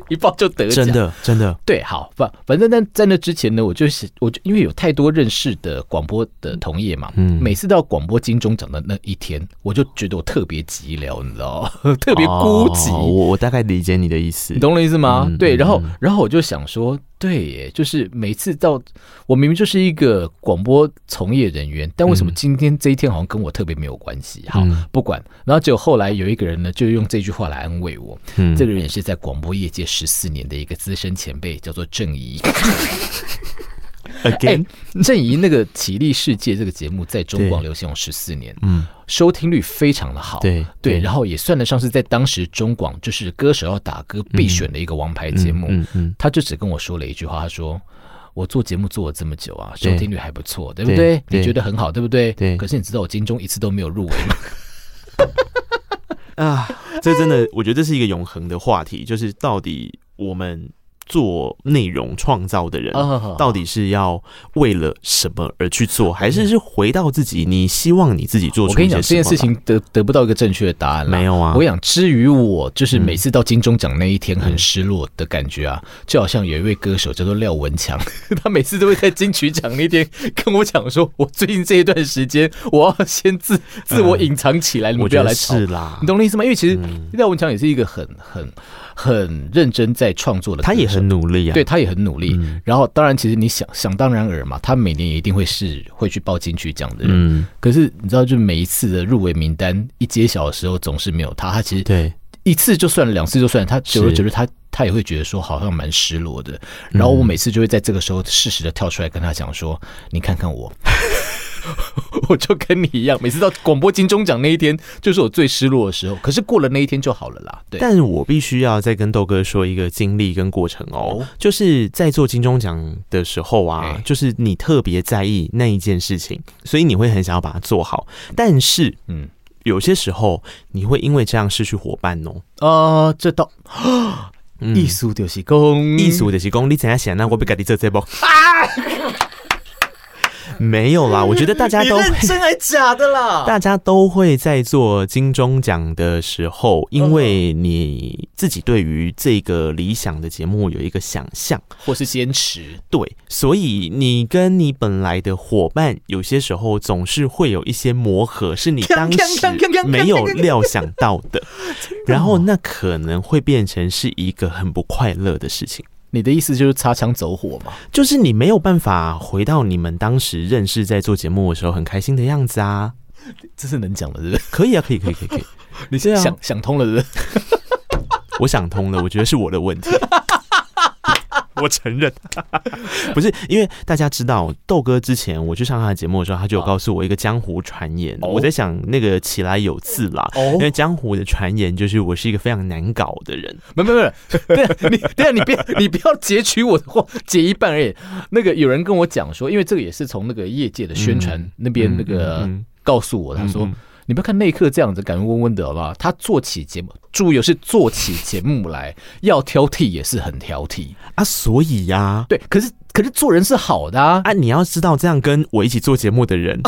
一报就得奖
真。的真的，
对，好，反反正但在那之前呢，我就是我就因为有太多认识的广播的同业嘛，
嗯
每次到广播金钟奖的那一天，我就觉得我特别寂寥，你知道吗？ 特别孤寂，
哦我我大概理解你的意思
你。懂我的意思吗？
嗯
对，然后
嗯
然后我就想说，对耶，就是每次到我明明就是一个广播从业人员，但为什么
嗯
今天这一天好像跟我特别没有关系？好
嗯，
不管，然后结果后来有一个人呢，就用这句话来安慰我，
嗯
这个人也是在广播业界十四年的一个资深前辈，叫做郑怡。哎
again，、，
郑怡那个《体力世界》这个节目在中广
对
流行有十四年，
嗯，
收听率非常的好，
对
对，
对
然后也算得上是在当时中广就是歌手要打歌必选的一个王牌节目。
嗯嗯嗯
他就只跟我说了一句话，他说。我做节目做了这么久啊，收
对
听率还不错，对不
对
对？你
对
觉得很好，对不对？
对
可是你知道我金钟一次都没有入围吗？
啊， 这真的，我觉得这是一个永恒的话题，就是到底我们做内容创造的人，
啊
到底是要为了什么而去做，还是是回到自己，你希望你自己做
我
出
跟
一
你讲，
些
这件
什么
事情得得不到一个正确的答案啦
没有啊
我想，至于我，就是每次到金钟奖那一天很失落的感觉
嗯
啊，就好像有一位歌手叫做廖文强， 他每次都会在金曲奖那天跟我讲说，我最近这一段时间我要先自 自我隐藏起来，你们
嗯我
不
觉
要
得
来吵
是嗯啦
你，懂我的意思吗？因为其实廖文强也是一个很很很认真在创作的歌手，
他也很努力啊，
对，他也很努力。然后，当然，其实你想想当然尔嘛，他每年也一定会是会去报金曲奖的人。
嗯
可是你知道，就每一次的入围名单一揭晓的时候，总是没有他。他其实
对，
一次就算了，两次就算了，他久而
是
久之，他他也会觉得说好像蛮失落的。然后我每次就会在这个时候适时的跳出来跟他讲说：“你看看我。” 我就跟你一样，每次到广播金钟奖那一天，就是我最失落的时候。可是过了那一天就好了啦。对，
但我必须要再跟豆哥说一个经历跟过程哦，
哦
就是在做金钟奖的时候啊
哎，
就是你特别在意那一件事情，所以你会很想要把它做好，但是
嗯，
有些时候你会因为这样失去伙伴哦。
呃，这到
嗯
艺术就是工，
艺术的是讲，你怎样想那我不跟你做这波。
啊
没有啦，我觉得大家都会
还假的啦？
大家都会在做金钟奖的时候，因为
嗯
你自己对于这个理想的节目有一个想象，
或是坚持，
对，所以你跟你本来的伙伴，有些时候总是会有一些磨合，是你当时没有料想到的，然后那可能会变成是一个很不快乐的事情。
你的意思就是擦枪走火嘛？
就是你没有办法回到你们当时认识在做节目的时候很开心的样子啊！
这是能讲的，对不对？
可以啊，可以，可以，可以，可以。
你
对啊
想想通了，对不对？
我想通了，我觉得是我的问题。 我承认，不是因为大家知道豆哥之前我去上他的节目的时候，他就有告诉我一个江湖传言。我在想那个起来有字啦，因为江湖的传言就是我是一个非常难搞的人。
没没没，对啊，你对啊，你别你不要截取我的话，截一半而已。那个有人跟我讲说，因为这个也是从那个业界的宣传那边
嗯
那个
嗯嗯嗯
告诉我，他说。你不要看内克这样子，感觉温温的，好不好？他做起节目，注意哦是做起节目来，要挑剔也是很挑剔。
啊，所以呀、啊，
对，可是可是做人是好的啊，
你要知道这样跟我一起做节目的 人，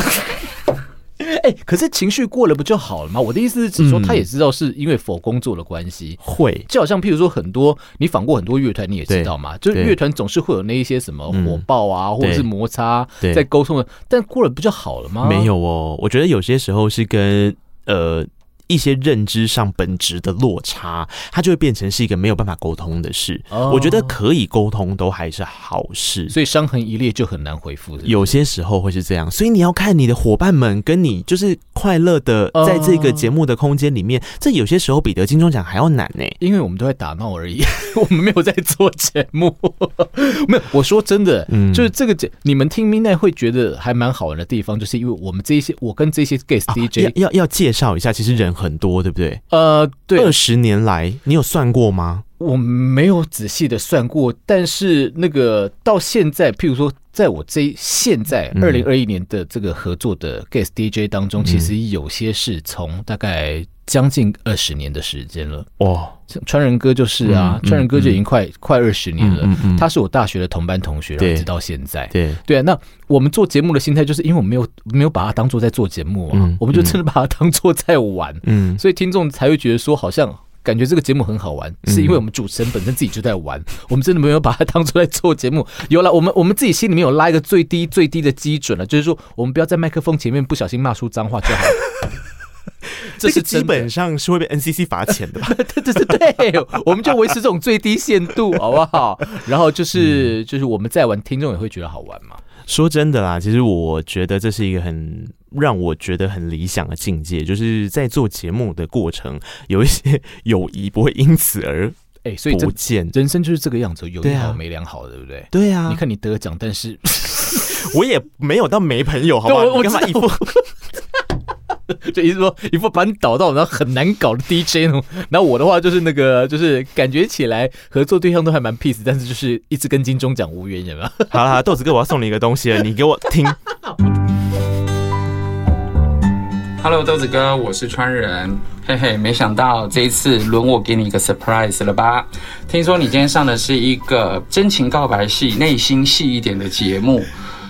哎、可是情绪过了不就好了吗？我的意思是指说，
嗯
他也知道是因为否工作的关系。
会
就好像譬如说，很多你访过很多乐团，你也知道嘛，就是
对
乐团总是会有那一些什么火爆啊，或者是摩擦
对
在
哦
沟通的，但过了不就好了吗？
没有哦，我觉得有些时候是跟呃一些认知上本质的落差，它就会变成是一个没有办法沟通的事。
哦
我觉得可以沟通都还是好事。
所以伤痕一裂就很难回复。是不是
有些时候会是这样，所以你要看你的伙伴们跟你就是快乐的
哦
在这个节目的空间里面，这有些时候比得金钟奖还要难呢、
因为我们都在打闹而已， 我们没有在做节目。 没有，我说真的，
嗯
就是这个节，你们听 Midnight 会觉得还蛮好玩的地方，就是因为我们这一些，我跟这些 guest
啊
DJ，、
要要要介绍一下，其实人很多，对不对？
呃，对
二，十年来，你有算过吗？
我没有仔细的算过，但是那个到现在，譬如说，在我这一现在
嗯
二零二一年的这个合作的 guest DJ 当中，其实有些是从大概将近二十年的时间了。
哦，
像川人哥就是啊，
嗯嗯
川人哥就已经快、快二十年了，
嗯嗯嗯
他是我大学的同班同学，然
对
后直到现在。
对，
对啊，那我们做节目的心态就是因为我们没有没有把它当做在做节目啊，
嗯
我们就真的把它当做在玩，
嗯，
所以听众才会觉得说好像。感觉这个节目很好玩，是
嗯
因为我们主持人本身自己就在玩，我们真的没有把它当做在做节目。有了，我们我们自己心里面有拉一个最低最低的基准了，就是说我们不要在麦克风前面不小心骂出脏话就好了。 这是
个基
真的
本上是会被 NCC 罚钱的吧？
对对对对，我们就维持这种最低限度，好不好？然后就是、
嗯
就是我们在玩，听众也会觉得好玩嘛。
说真的啦，其实我觉得这是一个很让我觉得很理想的境界，就是在做节目的过程，有一些友谊不会因此而
哎、所以这
不见。
人生就是这个样子，有一
对啊
好没两好，对不对？
对啊，
你看你得奖，但是
我也没有到没朋友，好不好？
对我
你干嘛
我知
一副
就一直说一副把你导到然后很难搞的 DJ 那种。然后我的话就是那个，就是感觉起来合作对象都还蛮 peace，但是就是一直跟金钟奖无缘人啊。
好啦，好啦豆子哥，我要送你一个东西了，你给我 听。
Hello，豆子哥，我是川人，嘿嘿，没想到这一次轮我给你一个 surprise 了吧？听说你今天上的是一个真情告白系、内心戏一点的节目，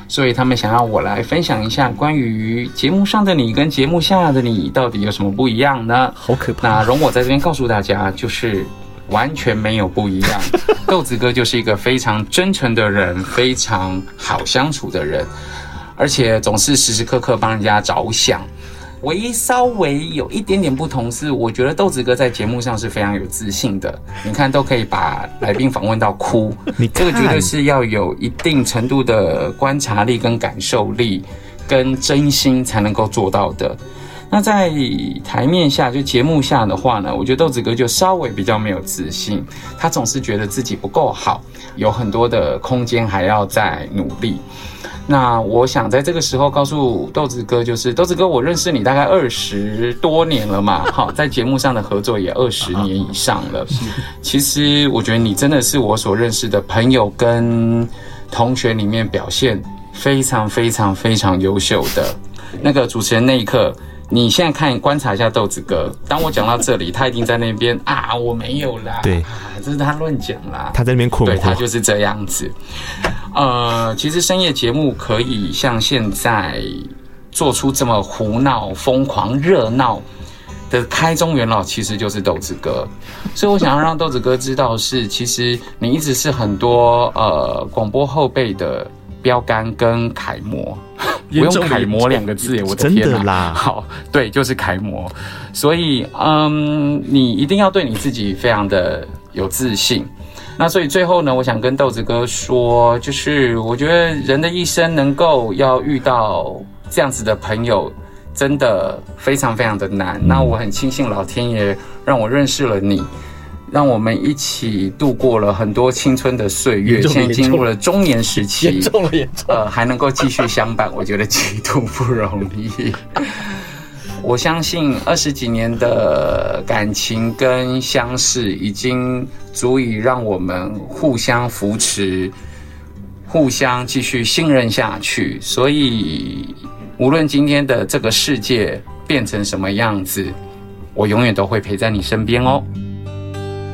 所以他们想要我来分享一下关于节目上的你跟节目下的你到底有什么不一样呢？
好可怕
那容我在这边告诉大家，就是完全没有不一样。豆子哥就是一个非常真诚的人，非常好相处的人，而且总是时时刻刻帮人家着想。唯一稍微有一点点不同是，我觉得豆子哥在节目上是非常有自信的。你看，都可以把来宾访问到哭，
你
这个绝
看
对是要有一定程度的观察力、跟感受力、跟真心才能够做到的。那在台面下，就节目下的话呢，我觉得豆子哥就稍微比较没有自信，他总是觉得自己不够好，有很多的空间还要再努力。那我想在这个时候告诉豆子哥，就是豆子哥，我认识你大概二十多年了嘛，好，在节目上的合作也二十年以上了。其实我觉得你真的是我所认识的朋友跟同学里面表现非常非常非常优秀的。那个主持人那一刻，你现在看观察一下豆子哥，当我讲到这里，他一定在那边啊，我没有啦，
对
啊，这是他乱讲啦，
他在那边困
对他
惑，
就是这样子。呃，其实深夜节目可以像现在做出这么胡闹、疯狂、热闹的开宗元老，其实就是豆子哥。所以我想要让豆子哥知道是，其实你一直是很多呃广播后辈的标杆跟楷模。我
严
用
重
“楷模”两个字耶，我的
真
天
的
哪！
啦，
好，对，就是楷模。所以，嗯，你一定要对你自己非常的有自信。那所以最后呢，我想跟豆子哥说，就是我觉得人的一生能够要遇到这样子的朋友，真的非常非常的难。那我很庆幸老天爷让我认识了你。让我们一起度过了很多青春的岁月，现在进入了中年时期，严重了，严重呃，还能够继续相伴，我觉得极度不容易。 我相信二十几年的感情跟相识，已经足以让我们互相扶持，互相继续信任下去。所以，无论今天的这个世界变成什么样子，我永远都会陪在你身边哦。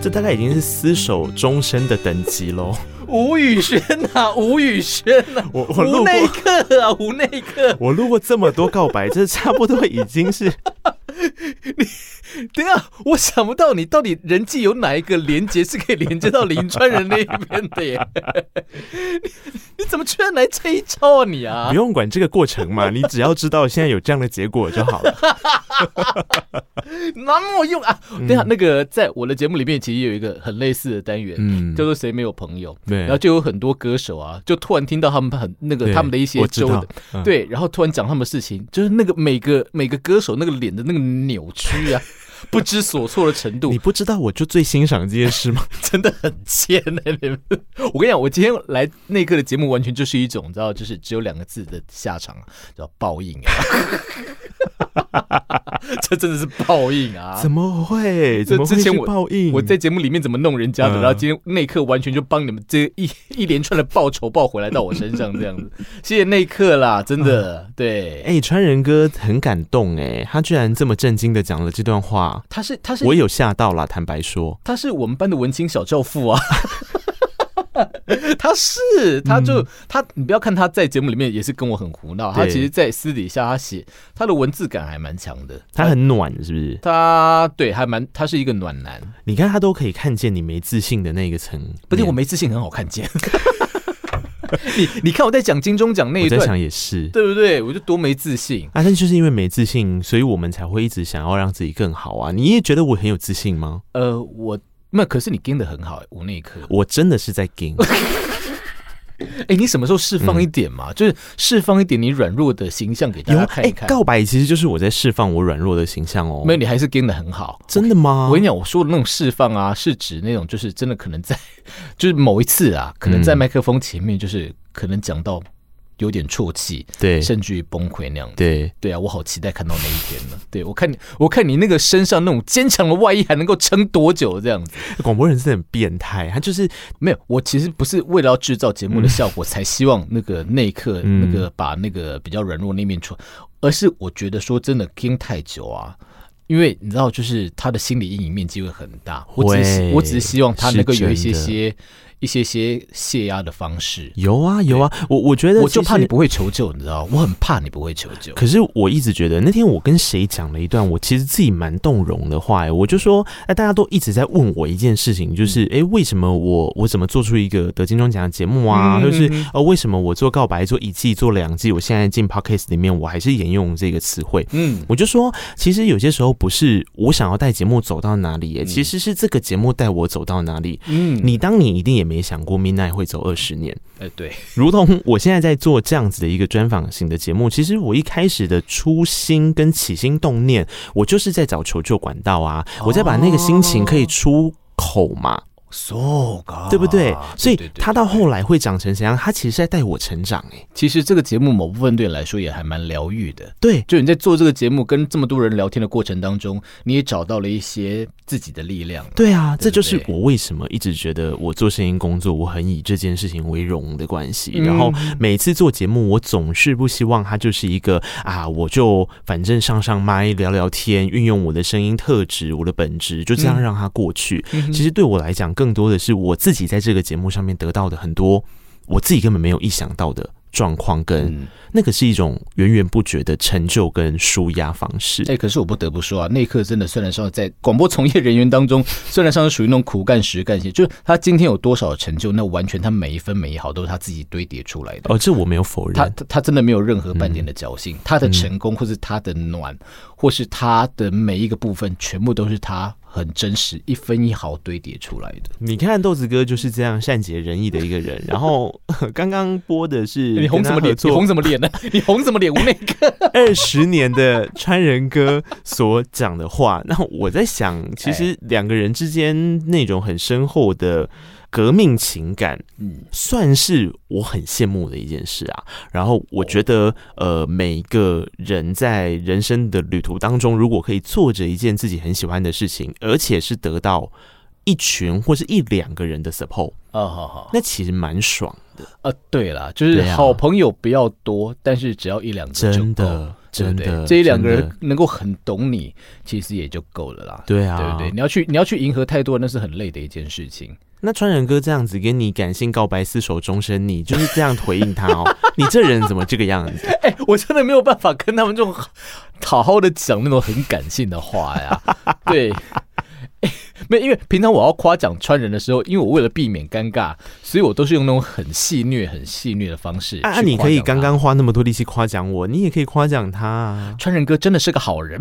这大概已经是厮守终身的等级喽。
吴宇轩啊，吴宇轩啊，
我我路
吴
过
内克啊，吴内克，
我录过这么多告白，这差不多已经是
等一下，啊我想不到你到底人际有哪一个连接是可以连接到林川人那一边的耶？ 你你怎么居然来这一招啊你啊
不？用管这个过程嘛，你只要知道现在有这样的结果就 好了。
那么用啊？
嗯
等一下，那个在我的节目里面其实有一个很类似的单元，
嗯
叫做“谁没有朋友”，
对
然后就有很多歌手啊，就突然听到他们很那个
对
他们的一些
我知
周
道
的，
嗯
对，然后突然讲他们的事情，就是那个每个每个歌手那个脸的那个扭曲 啊，不知所措的程度
你，不知道我就最欣赏这件事吗？
真的很贱哎、 你们，我跟你讲，我今天来那个的节目完全就是一种，你知道，就是只有两个字的下场啊，叫报应啊。 这真的是报应 啊！
怎么会？
这
怎么会
之前
是
我
报应？
我在节目里面怎么弄人家的，
嗯
然后今天那一刻完全就帮你们这一 一连串的报仇报回来到我身上这样 子，谢谢那一刻啦，真的对。
哎、川人哥很感动哎、他居然这么震惊的讲了这段话，
他是他是
我有吓到啦，坦白说，
他是我们班的文青小教父 啊。他是，他就、他，你不要看他在节目里面也是跟我很胡闹，他
嗯对
其实，在私底下他写他的文字感还蛮强的，
他很暖是不是？
他对还蛮，他是一个暖男，
你看他都可以看见你没自信的那个层，
不是我。没自信很好看见。 你你看我在讲金钟奖那一
我在
段，
想也是，
对不对？我就多没自信，
啊，但就是因为没自信，所以我们才会一直想要让自己更好啊。你也觉得我很有自信吗？
呃，我。那可是你跟的很好、我那一刻。
我真的是在 g
哎、你什么时候释放一点嘛？就是释放一点你软弱的形象给大
嗯有
家
哎、
看一看。
告白其实就是我在释放我软哦弱的形象哦。
没有，你还是跟的很好。
真的吗？
我跟你讲，我说的那种释放啊，是指那种就是真的可能在，就是某一次啊，可能在
嗯
麦克风前面，就是可能讲到有点啜泣，
对
甚至于崩溃那样子。
对，
对啊，我好期待看到那一天呢。对我看你，我看你那个身上那种坚强的外衣还能够撑多久这样子？
广播人是很变态，他就是
没有，我其实不是为了要制造节目的效果，才希望那个那一刻、
嗯
那个把那个比较软弱那面出，而是我觉得说真的听太久啊。因为你知道，就是他的心理阴影面积会很大。我只是
会
我只是希望他能够有一些
是真
些一些些泄压的方式。
有啊有啊，我我觉得
我就
其
怕
实
你不会求救，你知道，我很怕你不会求救。
可是我一直觉得那天我跟谁讲了一段我其实自己蛮动容的话、欸，我就说，哎、大家都一直在问我一件事情，就是，
嗯
哎、为什么我我怎么做出一个得金钟奖的节目啊？
嗯
就是
嗯嗯
呃，为什么我做告白做一季做两季，我现在进 podcast 里面我还是沿用这个词汇。
嗯，
我就说，其实有些时候不是我想要带节目走到哪里、欸，其实是这个节目带我走到哪里。
嗯
你当你一定也没想过 Midnight 会走二十年，
哎、对，
如同我现在在做这样子的一个专访型的节目，其实我一开始的初心跟起心动念，我就是在找求救管道啊，
哦
我在把那个心情可以出。口嘛，
so 高，
对不对？所以
对对对
他到后来会长成怎样？他其实在带我成长、欸，
其实这个节目某部分对你来说也还蛮疗愈的。
对，
就你在做这个节目，跟这么多人聊天的过程当中，你也找到了一些自己的力量。
对啊，
对
这就
不
是
对
我为什么一直觉得我做声音工作，我很以这件事情为荣的关系。
嗯
然后每次做节目，我总是不希望它就是一个啊，我就反正上上麦聊聊天，运用我的声音特质、我的本质，就这
嗯
样让它过去。其实对我来讲，更多的是我自己在这个节目上面得到的很多我自己根本没有意想到的状况，跟
嗯，
那个是一种源源不绝的成就跟舒压方式。
哎、可是我不得不说啊，那一刻真的虽然说在广播从业人员当中，虽然上是属于那种苦干实干型，就是他今天有多少成就，那完全他每一分每一毫都是他自己堆叠出来的。
哦，这我没有否
他
认。
他他真的没有任何半点的侥幸，他的成功或是他的暖，或是他的每一个部分，全部都是他很真实一分一毫堆叠出来的。
你看豆子哥就是这样善解人意的一个人。然后 刚刚播的是
你红什么脸？你红什么脸呢？ 你红什么脸？我那 个。
二十年的川人哥所讲的话。 那我在想，
哎
其实两个人之间那种很深厚的革命情感，
嗯
算是我很羡慕的一件事啊。然后我觉得，
哦
呃，每一个人在人生的旅途当中，如果可以做着一件自己很喜欢的事情，而且是得到一群或是一两个人的 support。
哦，好好，
那其实蛮爽，
呃，对了，就是
对啊
好朋友不要多，但是只要一两个就够，
真的，哦
对
真
不对
的，
这一两个
真
人
的，
能够很懂你，其实也就够了啦，
对
对
啊，
不对？你要去你要去迎合太多人，那是很累的一件事情。
那川人哥这样子跟你感性告白厮守终身，你就是这样回应他哦， 你这人怎么这个样 子？
哎、我真的没有办法跟他们这种好好好的讲那种很感性的话 呀。对，哎没有因为平常我要夸奖川人的时候，因为我为了避免尴尬，所以我都是用那种很戏谑、很戏谑的方式去夸
啊，
奖
你可以
他
刚刚花那么多力气夸奖我，你也可以夸奖他啊。
川人哥真的是个好人，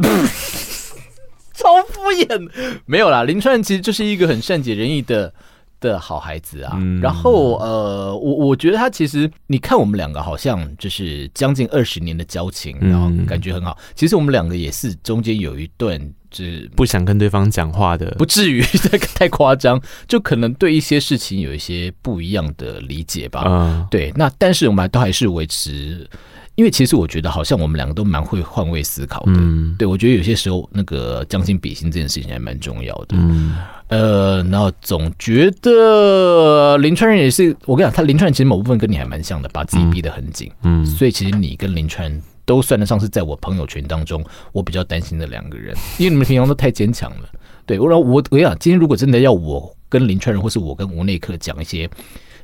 超敷衍。没有啦，林川其实就是一个很善解人意的的好孩子啊。
嗯
然后呃，我我觉得他其实，你看我们两个好像就是将近二十年的交情，
嗯
然后感觉很好。其实我们两个也是中间有一段就是。
不想跟对方讲话的，
不至于 太太夸张，就可能对一些事情有一些不一样的理解吧。
啊、
对，那但是我们都还是维持，因为其实我觉得好像我们两个都蛮会换位思考的。
嗯
对我觉得有些时候那个将心比心这件事情还蛮重要的。
嗯，
呃，然后总觉得林川人也是，我跟你讲，他林川人其实某部分跟你还蛮像的，把自己逼得很紧。
嗯
所以其实你跟林川都算得上是在我朋友圈当中我比较担心的两个人，因为你们平常都太坚强了。对，我让我我跟你讲，今天如果真的要我跟林川人，或是我跟吴内克讲一些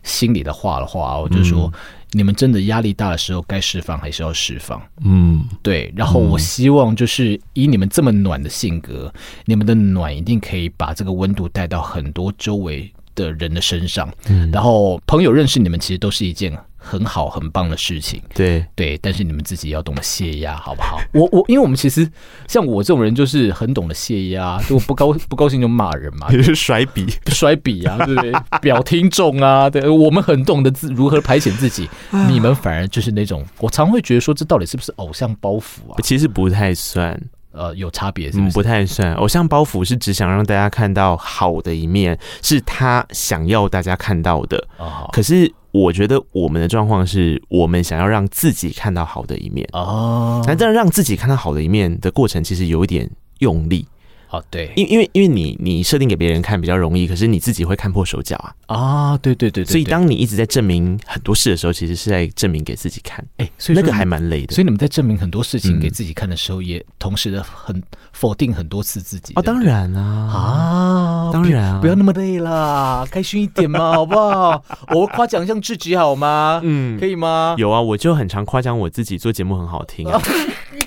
心里的话的话，我就说，你们真的压力大的时候该释放还是要释放。
嗯，
对，然后我希望就是以你们这么暖的性格，你们的暖一定可以把这个温度带到很多周围的人的身上。嗯，然后朋友认识你们其实都是一件很好很棒的事情。
对，
对，但是你们自己要懂得泄压，好不好？我我，因为我们其实像我这种人，就是很懂得泄 压，就我不高不高兴就骂人 嘛，
也是甩笔，
摔笔啊，对不对？表听众啊， 对，我们很懂得自如何排遣自己，你们反而就是那种，我常会觉得说，这到底是不是偶像包袱啊？
其实不太算，
呃，有差别是不
嗯，
是？
不太算。偶像包袱是只想让大家看到好的一面，是他想要大家看到的。
啊、好
可是我觉得我们的状况是我们想要让自己看到好的一面，
哦，
但这样让自己看到好的一面的过程，其实有一点用力，
哦，对，
因因为因为你你设定给别人看比较容易，可是你自己会看破手脚啊。
啊，对对对对，
所以
对
当你一直在证明很多事的时候，其实是在证明给自己看，
哎，所以
那
说
个
你
还蛮累的
所以。你们在证明很多事情
嗯
给自己看的时候，也同时的很否定很多次自己对不
哦，当
对
然啊，
啊，
当
不
然啊
不要那么累啦，开心一点 嘛，好不好？我夸奖一下自己好吗？
嗯
可以吗？
有啊，我就很常夸奖我自己做节目很好听 啊。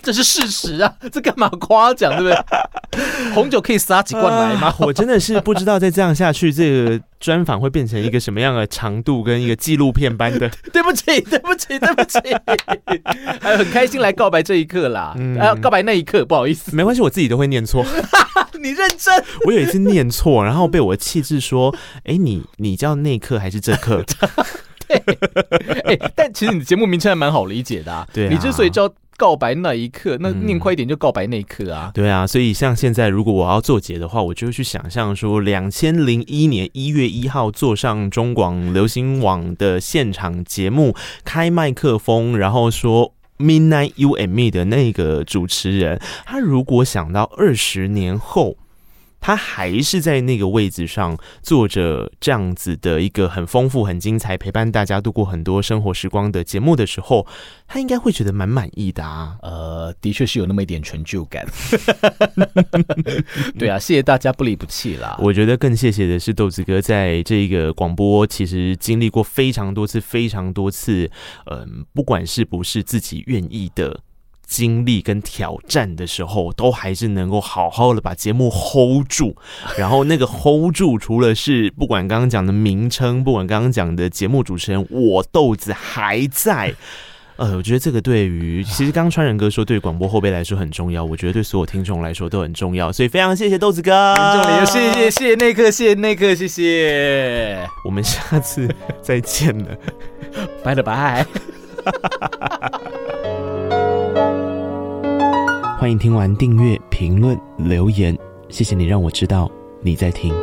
这是事实啊，这干嘛夸奖，对不对？ 红酒可以撒几罐来吗？
我真的是不知道再这样下去，这个专访会变成一个什么样的长度，跟一个纪录片般 的。
对不起，对不起，对不起， 还有很开心来告白这一刻啦，
嗯
啊，告白那一刻，不好意思，
没关系，我自己都会念错。
你认真，
我有一次念错，然后被我气质说：“哎、你你叫内克还是这克
哎、但其实你的节目名称还蛮好理解的、啊，嗯
对啊
你之所以叫告白那一刻，那念快一点就告白那一刻啊？”，
对啊，所以像现在如果我要做节的话，我就会去想象说，两千零一年一月一号坐上中广流行网的现场节目，开麦克风，然后说。Midnight You and Me 的那个主持人，他如果想到二十年后，他还是在那个位置上做着这样子的一个很丰富、很精彩、陪伴大家度过很多生活时光的节目的时候，他应该会觉得蛮满意的啊。
呃，的确是有那么一点成就感。 对啊，谢谢大家不离不弃啦。
我觉得更谢谢的是豆子哥，在这个广播其实经历过非常多次、非常多次，嗯，不管是不是自己愿意的经历跟挑战的时候，都还是能够好好的把节目 hold 住。然后那个 hold 住，除了是不管刚刚讲的名称，不管刚刚讲的节目主持人，我豆子还在。呃，我觉得这个对于其实刚刚川人哥说，对于广播后辈来说很重要，我觉得对所有听众来说都很重要，所以非常谢谢豆子哥，
观众里谢谢谢谢那一刻，谢谢那一刻，谢谢，
我们下次再见了。
拜了拜。
欢迎听完订阅、评论、留言，谢谢你让我知道你在听。